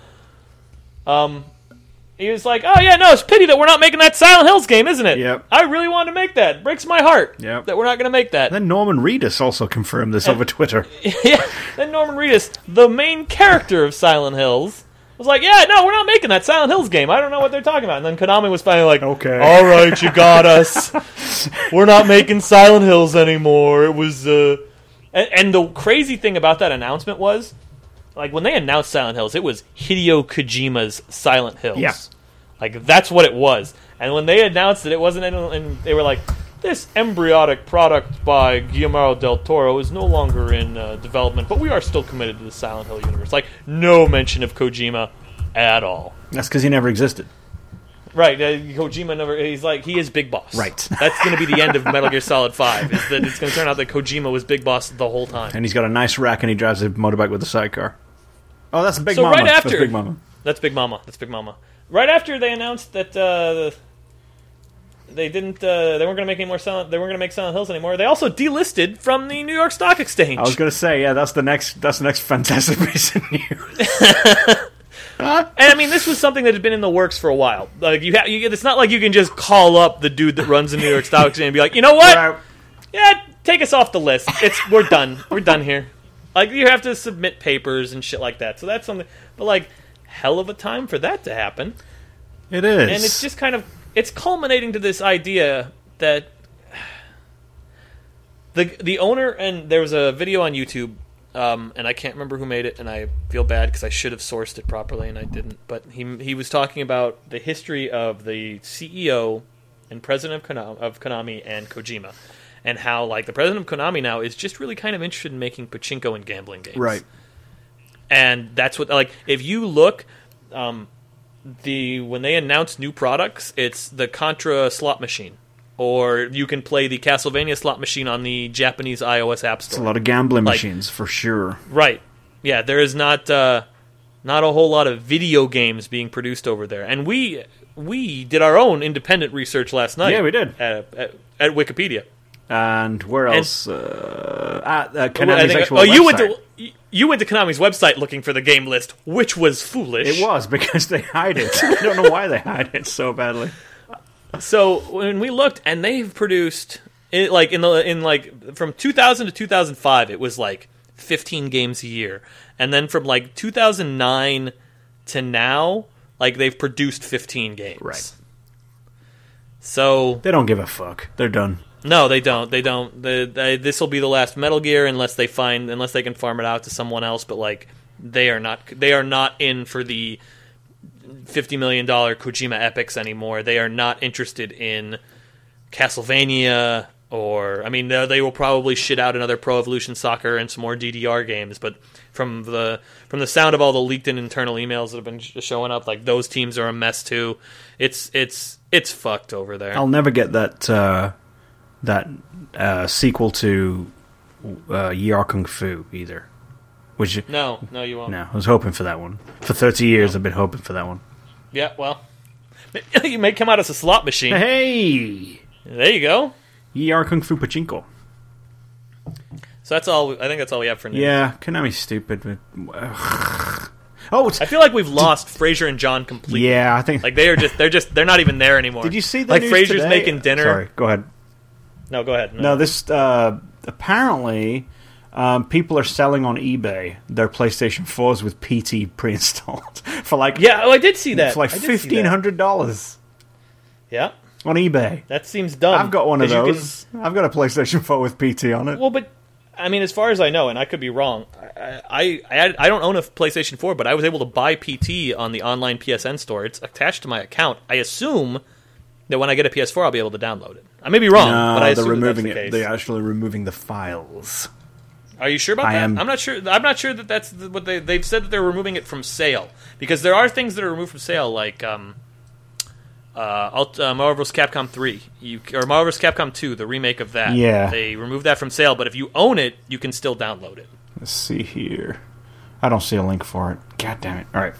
he was like, "Oh yeah, no, it's a pity that we're not making that Silent Hills game, isn't it? Yep. I really wanted to make that. Breaks my heart. Yep. That we're not going to make that." Then, Then Norman Reedus also confirmed this over Twitter. yeah. Then Norman Reedus, the main character of Silent Hills, was like, "Yeah, no, we're not making that Silent Hills game. I don't know what they're talking about." And then Konami was finally like, Okay. all right, you got us. we're not making Silent Hills anymore. It was uh." And, and the crazy thing about that announcement was, like, when they announced Silent Hills, it was Hideo Kojima's Silent Hills. Yeah. Like that's what it was. And when they announced it, it wasn't. In, and they were like, "This embryotic product by Guillermo del Toro is no longer in uh, development, but we are still committed to the Silent Hill universe." Like no mention of Kojima at all. That's because he never existed. Right? Uh, Kojima never. He's like he is Big Boss. Right. That's going to be the end of Metal Gear Solid Five. Is that it's going to turn out that Kojima was Big Boss the whole time. And he's got a nice rack and he drives a motorbike with a sidecar. Oh, that's Big So Mama. right after- That's Big Mama. That's Big Mama. That's Big Mama. Right after they announced that uh, they didn't, uh, they weren't going to make any more Silent, they weren't going to make Silent Hills anymore. They also delisted from the New York Stock Exchange. I was going to say, yeah, that's the next. That's the next fantastic piece of news. and I mean, this was something that had been in the works for a while. Like you, ha- you, it's not like you can just call up the dude that runs the New York Stock Exchange and be like, you know what? Wow. Yeah, take us off the list. It's we're done. We're done here. Like you have to submit papers and shit like that. So that's something. But like, hell of a time for that to happen. It is, and it's just kind of it's culminating to this idea that the the owner and there was a video on YouTube um, and I can't remember who made it and I feel bad because I should have sourced it properly and I didn't but he he was talking about the history of the CEO and president of Konami, of Konami and Kojima and how like the president of Konami now is just really kind of interested in making pachinko and gambling games right. and that's what like if you look um the when they announce new products it's the contra slot machine or you can play the castlevania slot machine on the japanese ios app It's a store lot of gambling Like- machines for sure. right yeah there is not uh not a whole lot of video games being produced over there and we we did our own independent research last night Yeah, we did. at, at, at wikipedia And where And- else? uh, at uh, I Konami's think- actual oh you went website. to you- you went to konami's website looking for the game list which was foolish It was because they hide it. I don't know why they hide it so badly. So when we looked, and they've produced it, like in the in like from 2000 to 2005, it was like 15 games a year, and then from like 2009 to now, like they've produced 15 games. Right. So They don't give a fuck. They're done. no, they don't. They don't. They, they, this will be the last Metal Gear unless they find unless they can farm it out to someone else. But like they are not they are not in for the fifty million dollar Kojima epics anymore. They are not interested in Castlevania or I mean they, they will probably shit out another Pro Evolution Soccer and some more DDR games. But from the from the sound of all the leaked in internal emails that have been sh- showing up, like those teams are a mess too. It's it's it's fucked over there. I'll never get that uh, that uh, sequel to uh, Yar Kung Fu either. Which no, no, you won't. no, I was hoping for that one. For thirty years, I've been hoping for that one. Yeah, well, you may come out as a slot machine. Hey, there you go. Yar Kung Fu Pachinko. So that's all. I think that's all we have for news. Yeah, Konami's stupid. With, oh, it's, I feel like we've lost Frasier and John completely. yeah, I think. Like they are just they're just they're not even there anymore. did you see the like news Frasier's today? making dinner? Sorry, go ahead. No, go ahead. No. No, this uh, apparently um, people are selling on eBay their PlayStation 4s with PT pre-installed for like yeah, oh, I did see that. for like I did see that. fifteen hundred dollars Yeah, on eBay. that seems dumb. I've got one of 'Cause Um, you can- those. I've got a PlayStation 4 with PT on it. well, but I mean, as far as I know, and I could be wrong. I I, I I don't own a PlayStation 4, but I was able to buy PT on the online PSN store. It's attached to my account. I assume that when I get a PS4, I'll be able to download it. I may be wrong, Uh, but I they're assume that that's removing the it. case. They're actually removing the files. Are you sure about I that? am- I'm not sure. I'm not sure that that's th- what they they've said that they're removing it from sale because there are things that are removed from sale like um, uh, Ult- uh, Marvel's Capcom three you, c- or Marvel's Capcom two, the remake of that. Yeah. they removed that from sale, but if you own it, you can still download it. Let's see here. I don't see a link for it. God damn it. All right.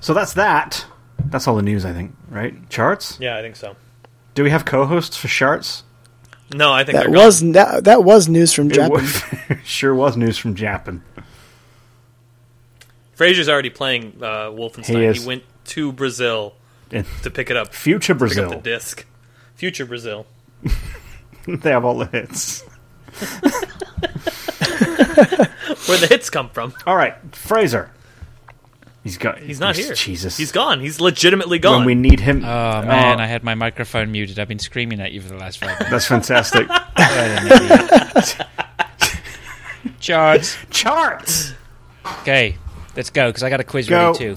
So that's that. That's all the news, I think, right? Charts? Yeah, I think so. Do we have co hosts for charts? No, I think That they're was that, that was news from It Japan. wa- sure was news from Japan. gone. Frazier's already playing uh, Wolfenstein. He is. went to Brazil In to pick it up, future pick up the Brazil. disc. Future Brazil. They have all the hits. Where the hits come from. All right. Fraser. He's got. He's not here. Jesus. He's gone. He's legitimately gone. When we need him. Oh man, I had my microphone muted. I've been screaming at you for the last five minutes. That's fantastic. Charts. charts! Okay, let's go because I got a quiz Go. ready too.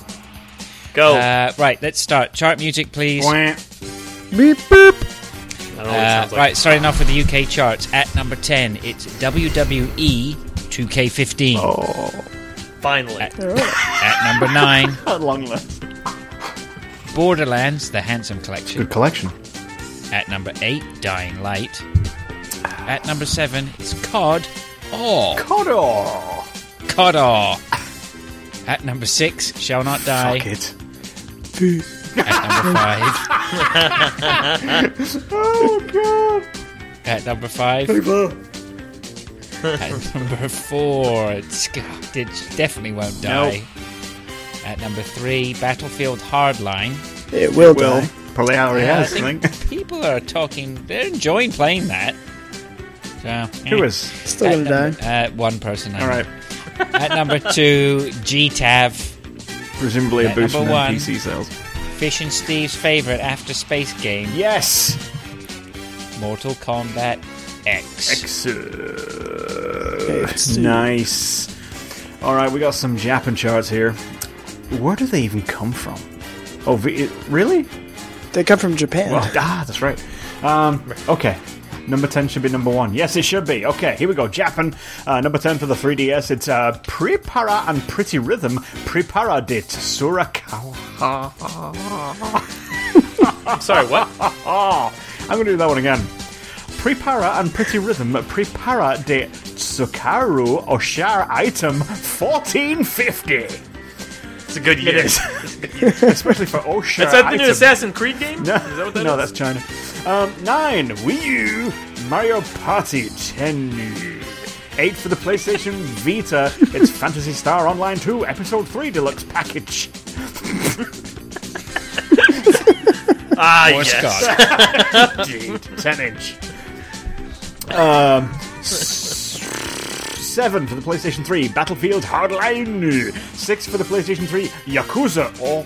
Go. Uh, right, let's start. Chart music, please. Wah. Beep boop. I don't know what it Uh, sounds like. right, starting off with the UK charts at number ten. It's E WWE 2K15. Oh. Finally. At number nine, At long last. Borderlands: The Handsome Collection. Good collection. At number eight, Dying Light. At number seven, it's COD. Oh, Codor! COD. aw. At number six, Shall Not Die. Fuck it. At number five. Oh, God. At number five. At number four, it's, God, it definitely won't die. At number three, Battlefield Hardline. It will, Well, die. probably already Yeah, I has. I think think. people are talking. They're enjoying playing that. So, Who eh. is? Still At gonna die. number- Uh, one person. I All know. right. At number two, GTAV. Presumably a At boost from number one. PC sales. Fish and Steve's favorite after space game, Yes. Mortal Kombat X. It's- Nice. All right, we got some Japan charts here. Where do they even come from? Oh, v- it- really? They come from Japan. Well, ah, that's right. Um, okay. Number 10 should be number 1. Yes, it should be. Okay, here we go. Japan. Uh, number 10 for the 3DS. It's uh, Prepara and Pretty Rhythm. Prepara de Tsurakawa. I'm sorry, what? Ah, I'm going to do that one again. Prepara and Pretty Rhythm. Prepara de Tsukaru Oshar item 1450. It's a good year. It is. Especially for Oshar Is that the new item. Assassin Creed game? No, Is that what that no is? that's China. Um, nine, Wii U, Mario Party 10. Eight for the PlayStation Vita, it's Fantasy Star Online 2, Episode 3 Deluxe Package. ah, Or yes. Scott. Indeed, 10 inch. Um, s- seven for the PlayStation 3, Battlefield Hardline. Six for the PlayStation 3, Yakuza. Or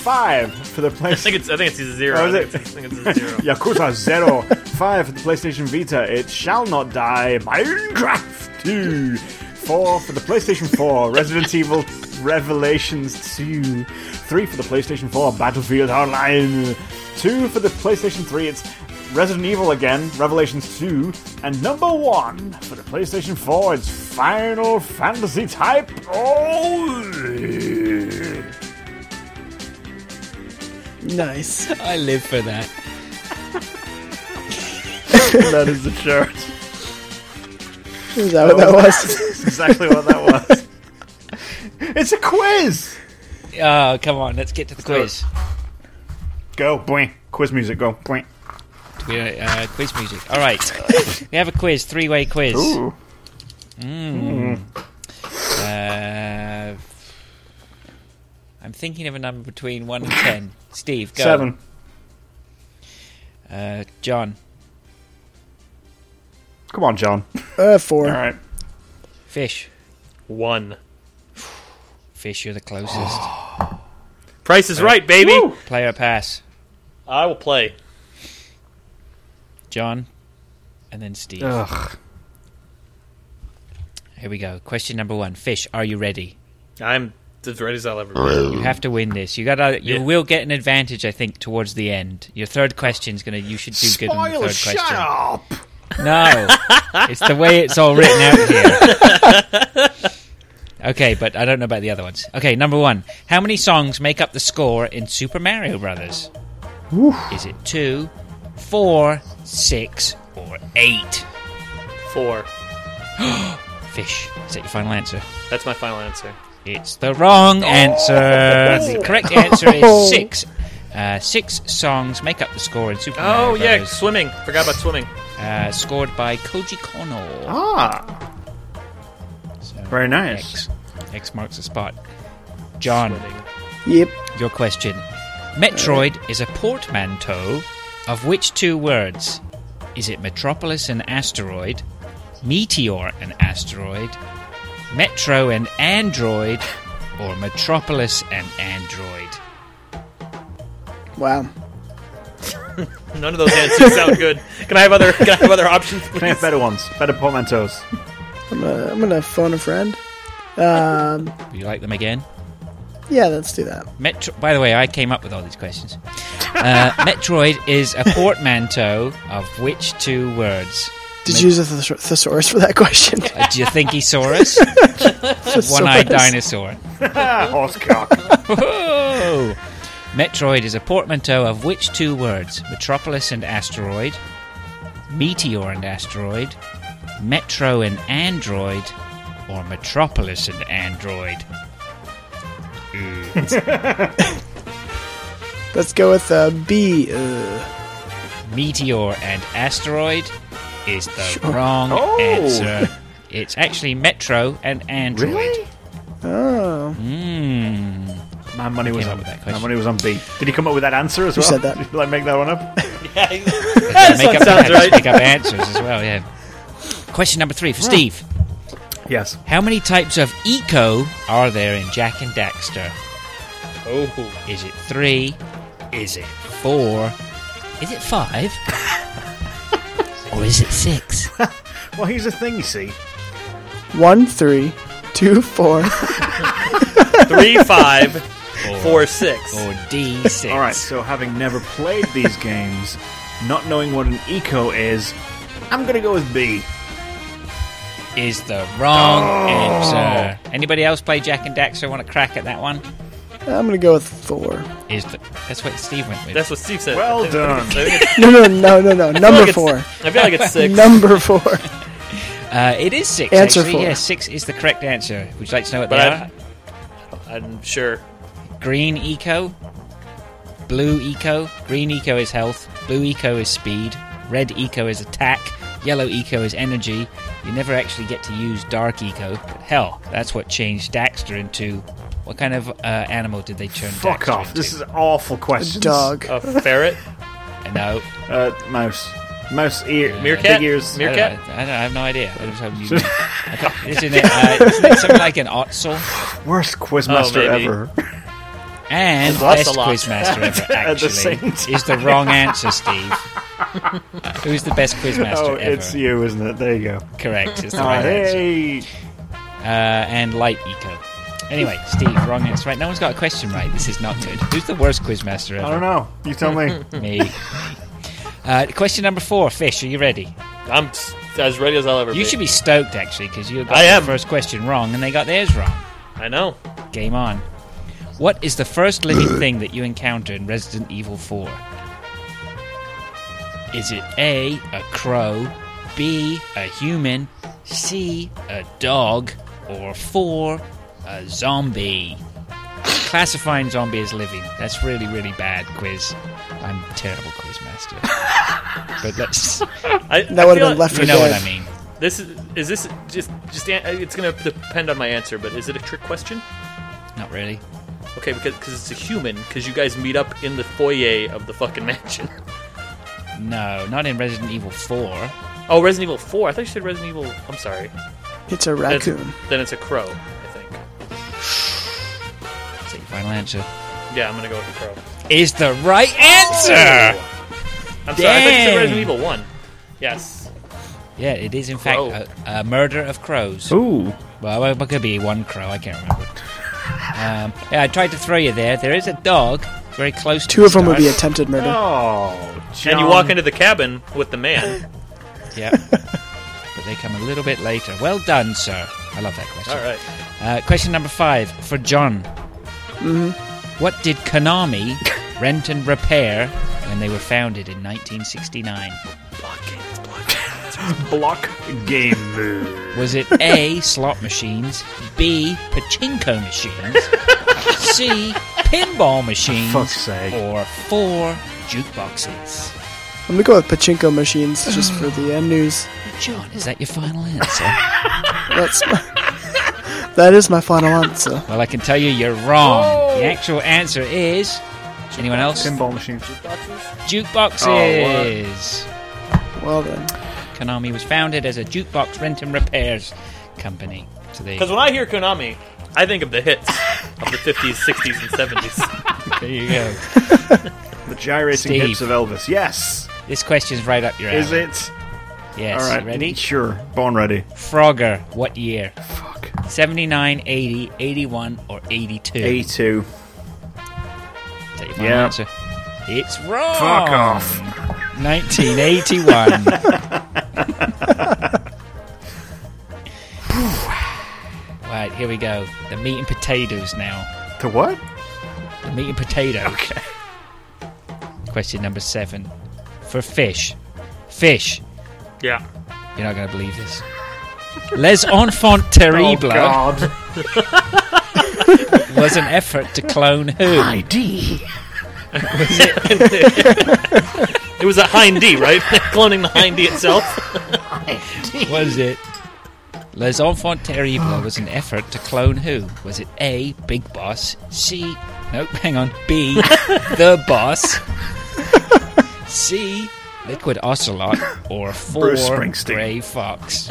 five for the I PlayStation think it's I think it's a zero. Oh, is I it? think it's- I think it's a zero. Yakuza Zero, 5 for the PlayStation Vita, It Shall Not Die, Minecraft 2, 4 for the PlayStation 4, Resident Evil Revelations 2, 3 for the PlayStation 4, Battlefield Hardline, 2 for the PlayStation 3, it's Resident Evil again, Revelations 2, and number 1 for the PlayStation 4, it's Final Fantasy Type. Oh! Nice. I live for that. that is the chart. Is that what that was? exactly what that was. it's a quiz. Oh, come on, let's get to the quiz. Go, boing. Quiz music, go, boing. We, uh, uh, quiz music. All right, we have a quiz, three-way quiz. Mm. Ooh. Mm. Uh, I'm thinking of a number between one and ten. Steve, go. Seven. Uh, John, Come on, John. Uh, four. All right. fish, One. fish. You're the closest. Price is right, baby. Woo! Player pass. I will play. John, and then Steve. Ugh. Here we go. Question number one. Fish, are you ready? I'm as ready as I'll ever be. You have to win this. You got. to You Yeah. will get an advantage, I think, towards the end. Your third question's gonna. You should do good on the Spoil, third shut question. up. No, it's the way it's all written out here. Okay, but I don't know about the other ones. Okay, number one. How many songs make up the score in Super Mario Brothers? Is it two, four, six, or eight? Four. Fish, is that your final answer? That's my final answer. It's the wrong answer. The correct answer is six. Uh, six songs make up the score in Super Oh Mario yeah, Brothers, swimming. Forgot about swimming. uh, scored by Koji Kono. Ah, So very nice. X, X marks the spot. John, Swimming. Yep. your question. Metroid is a portmanteau of which two words? Is it metropolis and asteroid, meteor and asteroid, metro and android, or metropolis and android? Wow. None of those answers sound good. Can I have other? Can I have other options, Can I please? have better ones? Better portmanteaus. I'm gonna, I'm gonna phone a friend. Would you like them again? Yeah, let's do that. Metro- By the way, I came up with all these questions. Uh, Metroid is a portmanteau of which two words? Did you use a thes- thesaurus for that question? Uh, do you think he saw us? One-eyed dinosaur. Ah, horsecock. Whoa! Metroid is a portmanteau of which two words? Metropolis and asteroid, meteor and asteroid, metro and android, or metropolis and android? Let's go with uh, B. Uh, Meteor and asteroid is the wrong Oh! answer. It's actually metro and android. Really? oh, Mm. My money was Came up on with that My question. money was on B. Did he come up with that answer as well? said that? Did you, like make that one up? Make one up, sounds right. make up answers as well. Yeah. Question number three for Hmm. Steve. Yes. How many types of eco are there in Jack and Daxter? Oh, Is it three? Is it four? Is it five? or is it six? Well, here's the thing. You see, one, three, two, four. three, five, four, six. Or D six? All right, so having never played these games, not knowing what an eco is, I'm gonna go with B. Is the wrong Oh. answer. Anybody else play Jack and Daxter? Want to crack at that one? I'm gonna go with four. Is the that's what Steve went with. That's what Steve said. Well I think done. it's- I think it's- No, no, no, no, no. I feel Number like four. it's- I feel like it's six. Number four. Uh, it is six. Answer actually. four. Yeah, six is the correct answer. Would you like to know what But they I- I'm sure. are? Green eco, blue eco. Green eco is health. Blue eco is speed. Red eco is attack. Yellow eco is energy. You never actually get to use dark eco. But hell, that's what changed Daxter into. What kind of uh, animal did they turn Fuck Daxter off. into? This is awful questions. Dog. A ferret. no. Uh, mouse. Mouse ear. Meerkat? Big ears. I Meerkat? don't, know. I don't- I have no idea. I just hope you. I thought- isn't, it, uh, isn't it something like an otzel? Worst quizmaster Oh, maybe. ever. And That's best a lot. quizmaster ever, At the actually, same time. is the wrong answer, Steve. Who's the best quizmaster Oh, ever? it's you, isn't it? There you go. Correct. It's the Ah, right answer. hey. Uh, and light eco. Anyway, Steve, wrong answer. Right? No one's got a question right. This is not good. Who's the worst quizmaster ever? I don't know. You tell me. Me. Uh, question number four, Fish. Are you ready? I'm s- as ready as I'll ever be. You should be stoked, actually, because you got I the am. first question wrong, and they got theirs wrong. I know. Game on. What is the first living thing that you encounter in Resident Evil 4? Is it A, a crow, B, a human, C, a dog, or 4, a zombie? Classifying zombie as living. That's really, really bad quiz. I'm a terrible quiz master. but that's. I, That would have been left for You know what dead. I mean. This is is this just just an- it's gonna depend on my answer, but is it a trick question? Not really. Okay, because cause it's a human. Because you guys meet up in the foyer of the fucking mansion. No, not in Resident Evil 4. Oh, Resident Evil Four. I thought you said Resident Evil. I'm sorry. It's a Then it's- raccoon. Then it's a crow. I think. Is that your final answer? Yeah, I'm gonna go with the crow. Is the right answer! I'm sorry. I thought you Dang. said Resident Evil One. Yes. Yeah, it is in Crow. fact a, a murder of crows. Ooh. Well, it could be one crow. I can't remember. Um, yeah, I tried to throw you there. There is a dog very close. to Two the of them would be start. attempted murder. Oh. John. And you walk into the cabin with the man. yeah. but they come a little bit later. Well done, sir. I love that question. All right. Uh, question number five for John. Mm-hmm. What did Konami rent and repair when they were founded in 1969? Block game. Was it A, slot machines, B, pachinko machines, C, pinball machines, fuck's sake. or 4, jukeboxes? I'm gonna go with pachinko machines just for the uh, news. John, is that your final answer? That's my, that is my final answer. well, I can tell you you're wrong. The actual answer is. Anyone else? Pinball machine. Jukeboxes! Well then, Konami was founded as a jukebox rent and repairs company. So there you Because go. when I hear Konami, I think of the hits of the 50s, 60s, and 70s. There you go. The gyrating Steve. hips of Elvis. Yes. This question's right up your alley. Is it? Yes. All right. Ready? Sure. Born ready. Frogger, what year? Fuck. 79, 80, 81, or 82? A2. Is that your final Yeah. answer? It's wrong! Fuck off. 1981. right, here we go. The meat and potatoes now. To what? The meat and potatoes. Okay. Question number seven. For fish. Fish. Yeah. You're not going to believe this. Les Enfants Oh, Terribles was an effort to clone who? ID. It was a hind D, right? Cloning the hind D itself. was it? Les Enfants Terribles was an effort to clone who? Was it A, Big Boss, C, nope, hang on, B, The Boss, C, Liquid Ocelot, or 4, Bruce Springsteen. Grey Fox?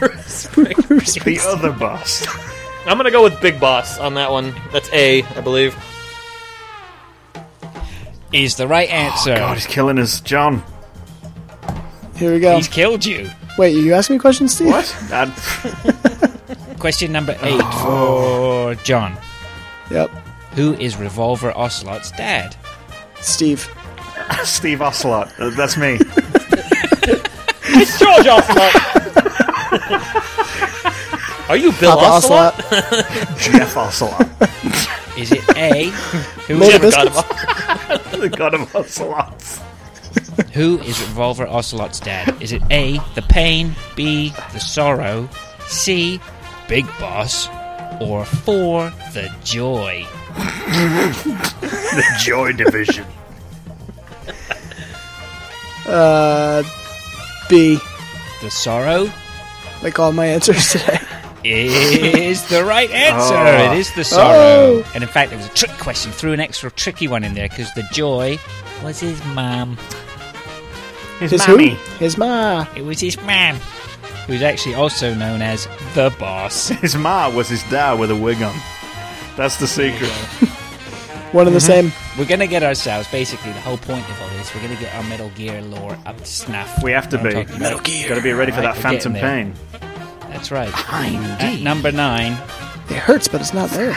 The other boss. I'm going to go with Big Boss on that one. That's A, I believe. Is the right answer. Oh, God, he's killing us. John. here we go. He's killed you. Wait, you asking me questions, Steve? What? I'd- Question number 8 Oh. for John. Yep, Who is Revolver Ocelot's dad? Steve. Steve Ocelot. Uh, That's me. George Ocelot! Are you Bill Papa Ocelot? Ocelot. Jeff Ocelot. Is it A, who Made is of biscuits. the god of Ocelots. Who is Revolver Ocelot's dad? Is it A, the pain, B, the sorrow, C, Big Boss, or 4, the joy? The Joy Division. Uh, B. The sorrow Like all my answers today. is the right answer. Oh. It is the sorrow. And in fact, it was a trick question. Threw an extra tricky one in there because the joy was his mum. His, His mammy. who? His ma. It was his mum, who's actually also known as the boss. His ma was his dad with a wig on. That's the secret. One and the Mm-hmm. same. We're going to get ourselves, basically, the whole point of all this, we're going to get our Metal Gear lore up to snuff. We have to You know be. what I'm talking about? Gotta be ready for Alright, that we're phantom getting there. pain. That's right. At number nine, It hurts, but it's not there.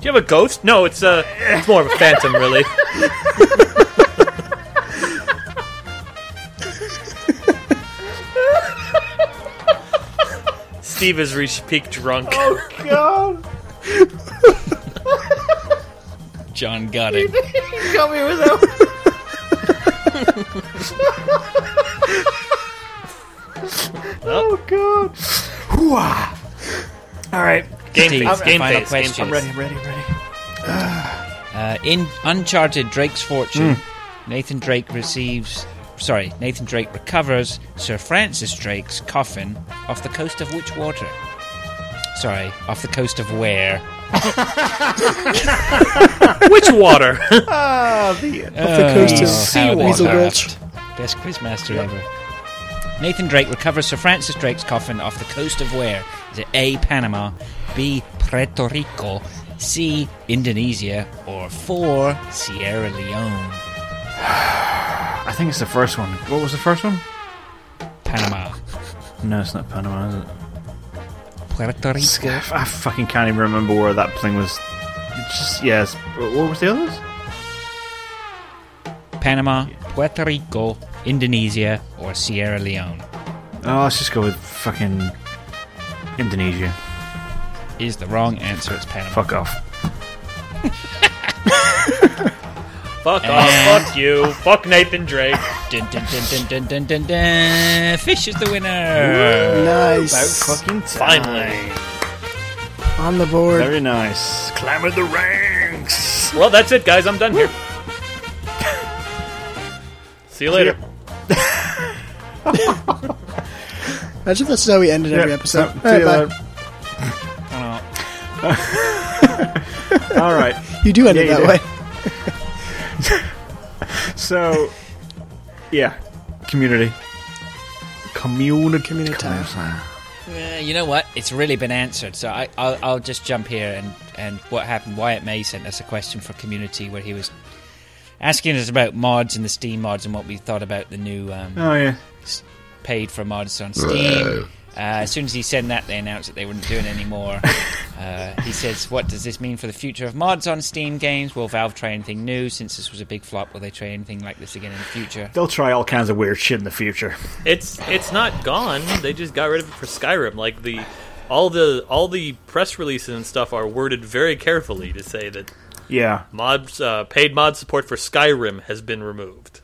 Do you have a ghost? No, it's uh, it's more of a phantom, really. Steve has reached peak drunk. Oh, God, John got it. you got me with that. oh god. Hooah. All right. Game Steve, face, the game final face, game question. face. Ready, ready, ready. Uh, in Uncharted Drake's Fortune, Nathan Drake receives. Sorry, Nathan Drake recovers Sir Francis Drake's coffin off the coast of which water? Sorry, off the coast of where? Which water? Ah, the the coast Uh, of how they Hazel laughed. Best quizmaster ever. Nathan Drake recovers Sir Francis Drake's coffin off the coast of where? Is it A. Panama, B. Puerto Rico, C. Indonesia, or 4. Sierra Leone? I think it's the first one. What was the first one? Panama. No, it's not Panama, is it? Puerto Rico. I, I fucking can't even remember where that thing was. It's just, yes. What was the others? Panama, Puerto Rico, Indonesia, or Sierra Leone Oh, let's just go with fucking Indonesia. is the wrong answer. It's Panama. Fuck off. Fuck off. Fuck you. Fuck Nathan Drake. Dun, dun, dun, dun, dun, dun, dun, dun. Fish is the winner. Nice. Uh, About fucking time. Finally. On the board. Very nice. Clamber the ranks. Well, that's it, guys. I'm done here. See you later. Imagine if that's how we ended every episode. Yep. All right, See you bye. later. Oh, All right. You do end Yeah, it you that do. way. So, yeah, community, community, Community. Uh, you know what? It's really been answered. So I, I'll, I'll just jump here and, and what happened. Wyatt May sent us a question for community where he was asking us about mods and the Steam mods and what we thought about the new um, Oh yeah. paid for mods on Steam. Uh, as soon as he said that, they announced that they weren't doing any more. Uh, he says, "What does this mean for the future of mods on Steam games? Will Valve try anything new? Since this was a big flop, will they try anything like this again in the future?" They'll try all kinds of weird shit in the future. It's it's not gone. They just got rid of it for Skyrim. Like the all the all the press releases and stuff are worded very carefully to say that Yeah. mods uh, paid mod support for Skyrim has been removed.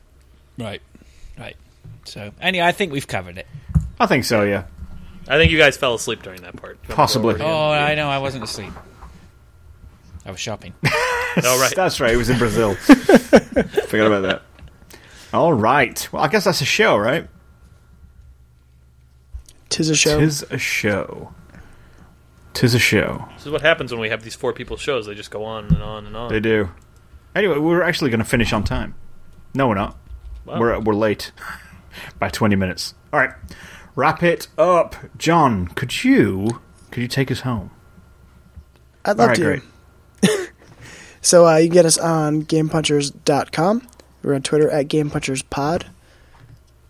Right, right. So anyway, I think we've covered it. I think so, yeah. I think you guys fell asleep during that part. Possibly. Over it. Oh, I know. I wasn't asleep. I was shopping. Oh, right. That's right, it was in Brazil. Forgot about that. All right. Well, I guess that's a show, right? Tis a show. Tis a show. Tis a show. This is what happens when we have these four people shows. They just go on and on and on. They do. Anyway, we're actually going to finish on time. No, we're not. Wow. We're, we're late by 20 minutes. All right. Wrap it up. John, could you could you take us home? I'd All love right, to. great. So uh, you can get us on gamepunchers.com. We're on Twitter at gamepuncherspod.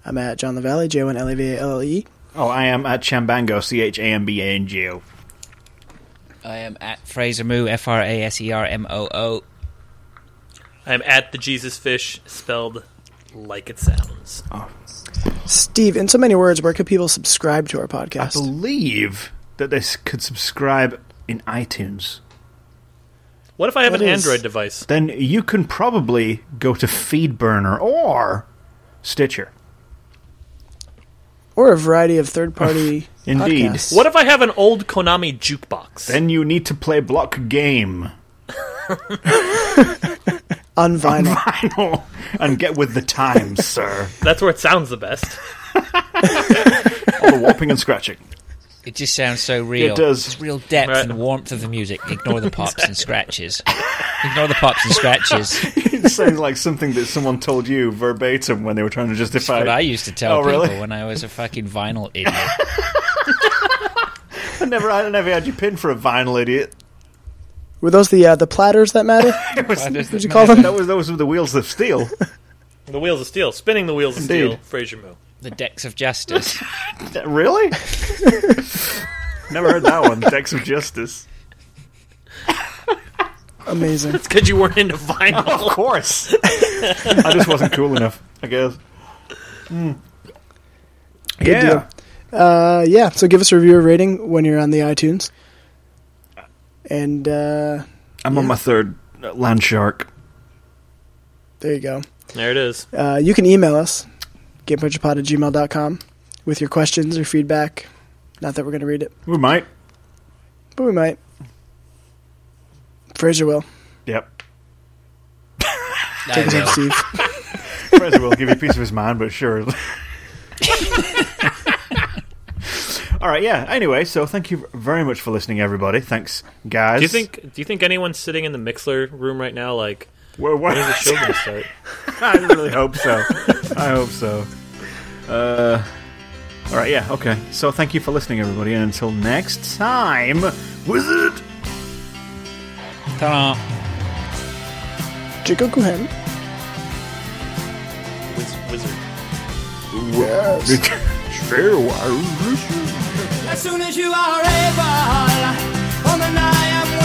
I'm at John LaValle, J O N L A V A L L E. Oh, I am at Chambango, C H A M B A N G O. I am at Fraser Moo, F R A S E R M O O. I'm at the Jesus Fish, spelled like it sounds. Steve, in so many words, where could people subscribe to our I podcast? believe that they s- could subscribe in iTunes. What if I have That an is- Android device? Then you can probably go to Feedburner or Stitcher. or a variety of third party Indeed. podcasts. What if I have an old Konami jukebox? Then you need to play Block Game. on vinyl? I know. And get with the times, sir. That's where it sounds the best. All the whopping and scratching. It just sounds so real. It does. It's real depth Right. and warmth of the music. Ignore the pops and scratches. Ignore the pops and scratches. It sounds like something that someone told you verbatim when they were trying to justify. That's what I used to tell Oh, people really? when I was a fucking vinyl idiot. I never, I never had you pinned for a vinyl idiot. Were those the uh, the platters that matter? Did you call That them? was those were the wheels of steel. The wheels of steel, spinning the wheels of steel. Indeed. Fraser Moo. the decks of justice. really? never heard that one. Decks of Justice. Amazing. Because you weren't into vinyl. Of course. I just wasn't cool enough. I guess. Hmm. Good deal. Uh, yeah, so give us a review or rating when you're on the iTunes. And uh, I'm on my third uh, land shark. there you go. There it is. Uh, you can email us, gamepuncherpod at gmail.com, with your questions or feedback. Not that we're going to read it, We might. but we might. Fraser will. Yep. I Take it will. home, Steve. Fraser will give you a piece of his mind, but sure. All right, yeah. Anyway, so thank you very much for listening, everybody. Thanks, guys. Do you think? Do you think anyone's sitting in the Mixler room right now? Like, We're, we when's the show gonna start? I really hope so. I hope so. Uh, all right, yeah, okay. So thank you for listening, everybody, and until next time, Wizard. Ta-da. Jacob Cohen. Wiz- wizard. Sure. As soon as you are able, woman, I am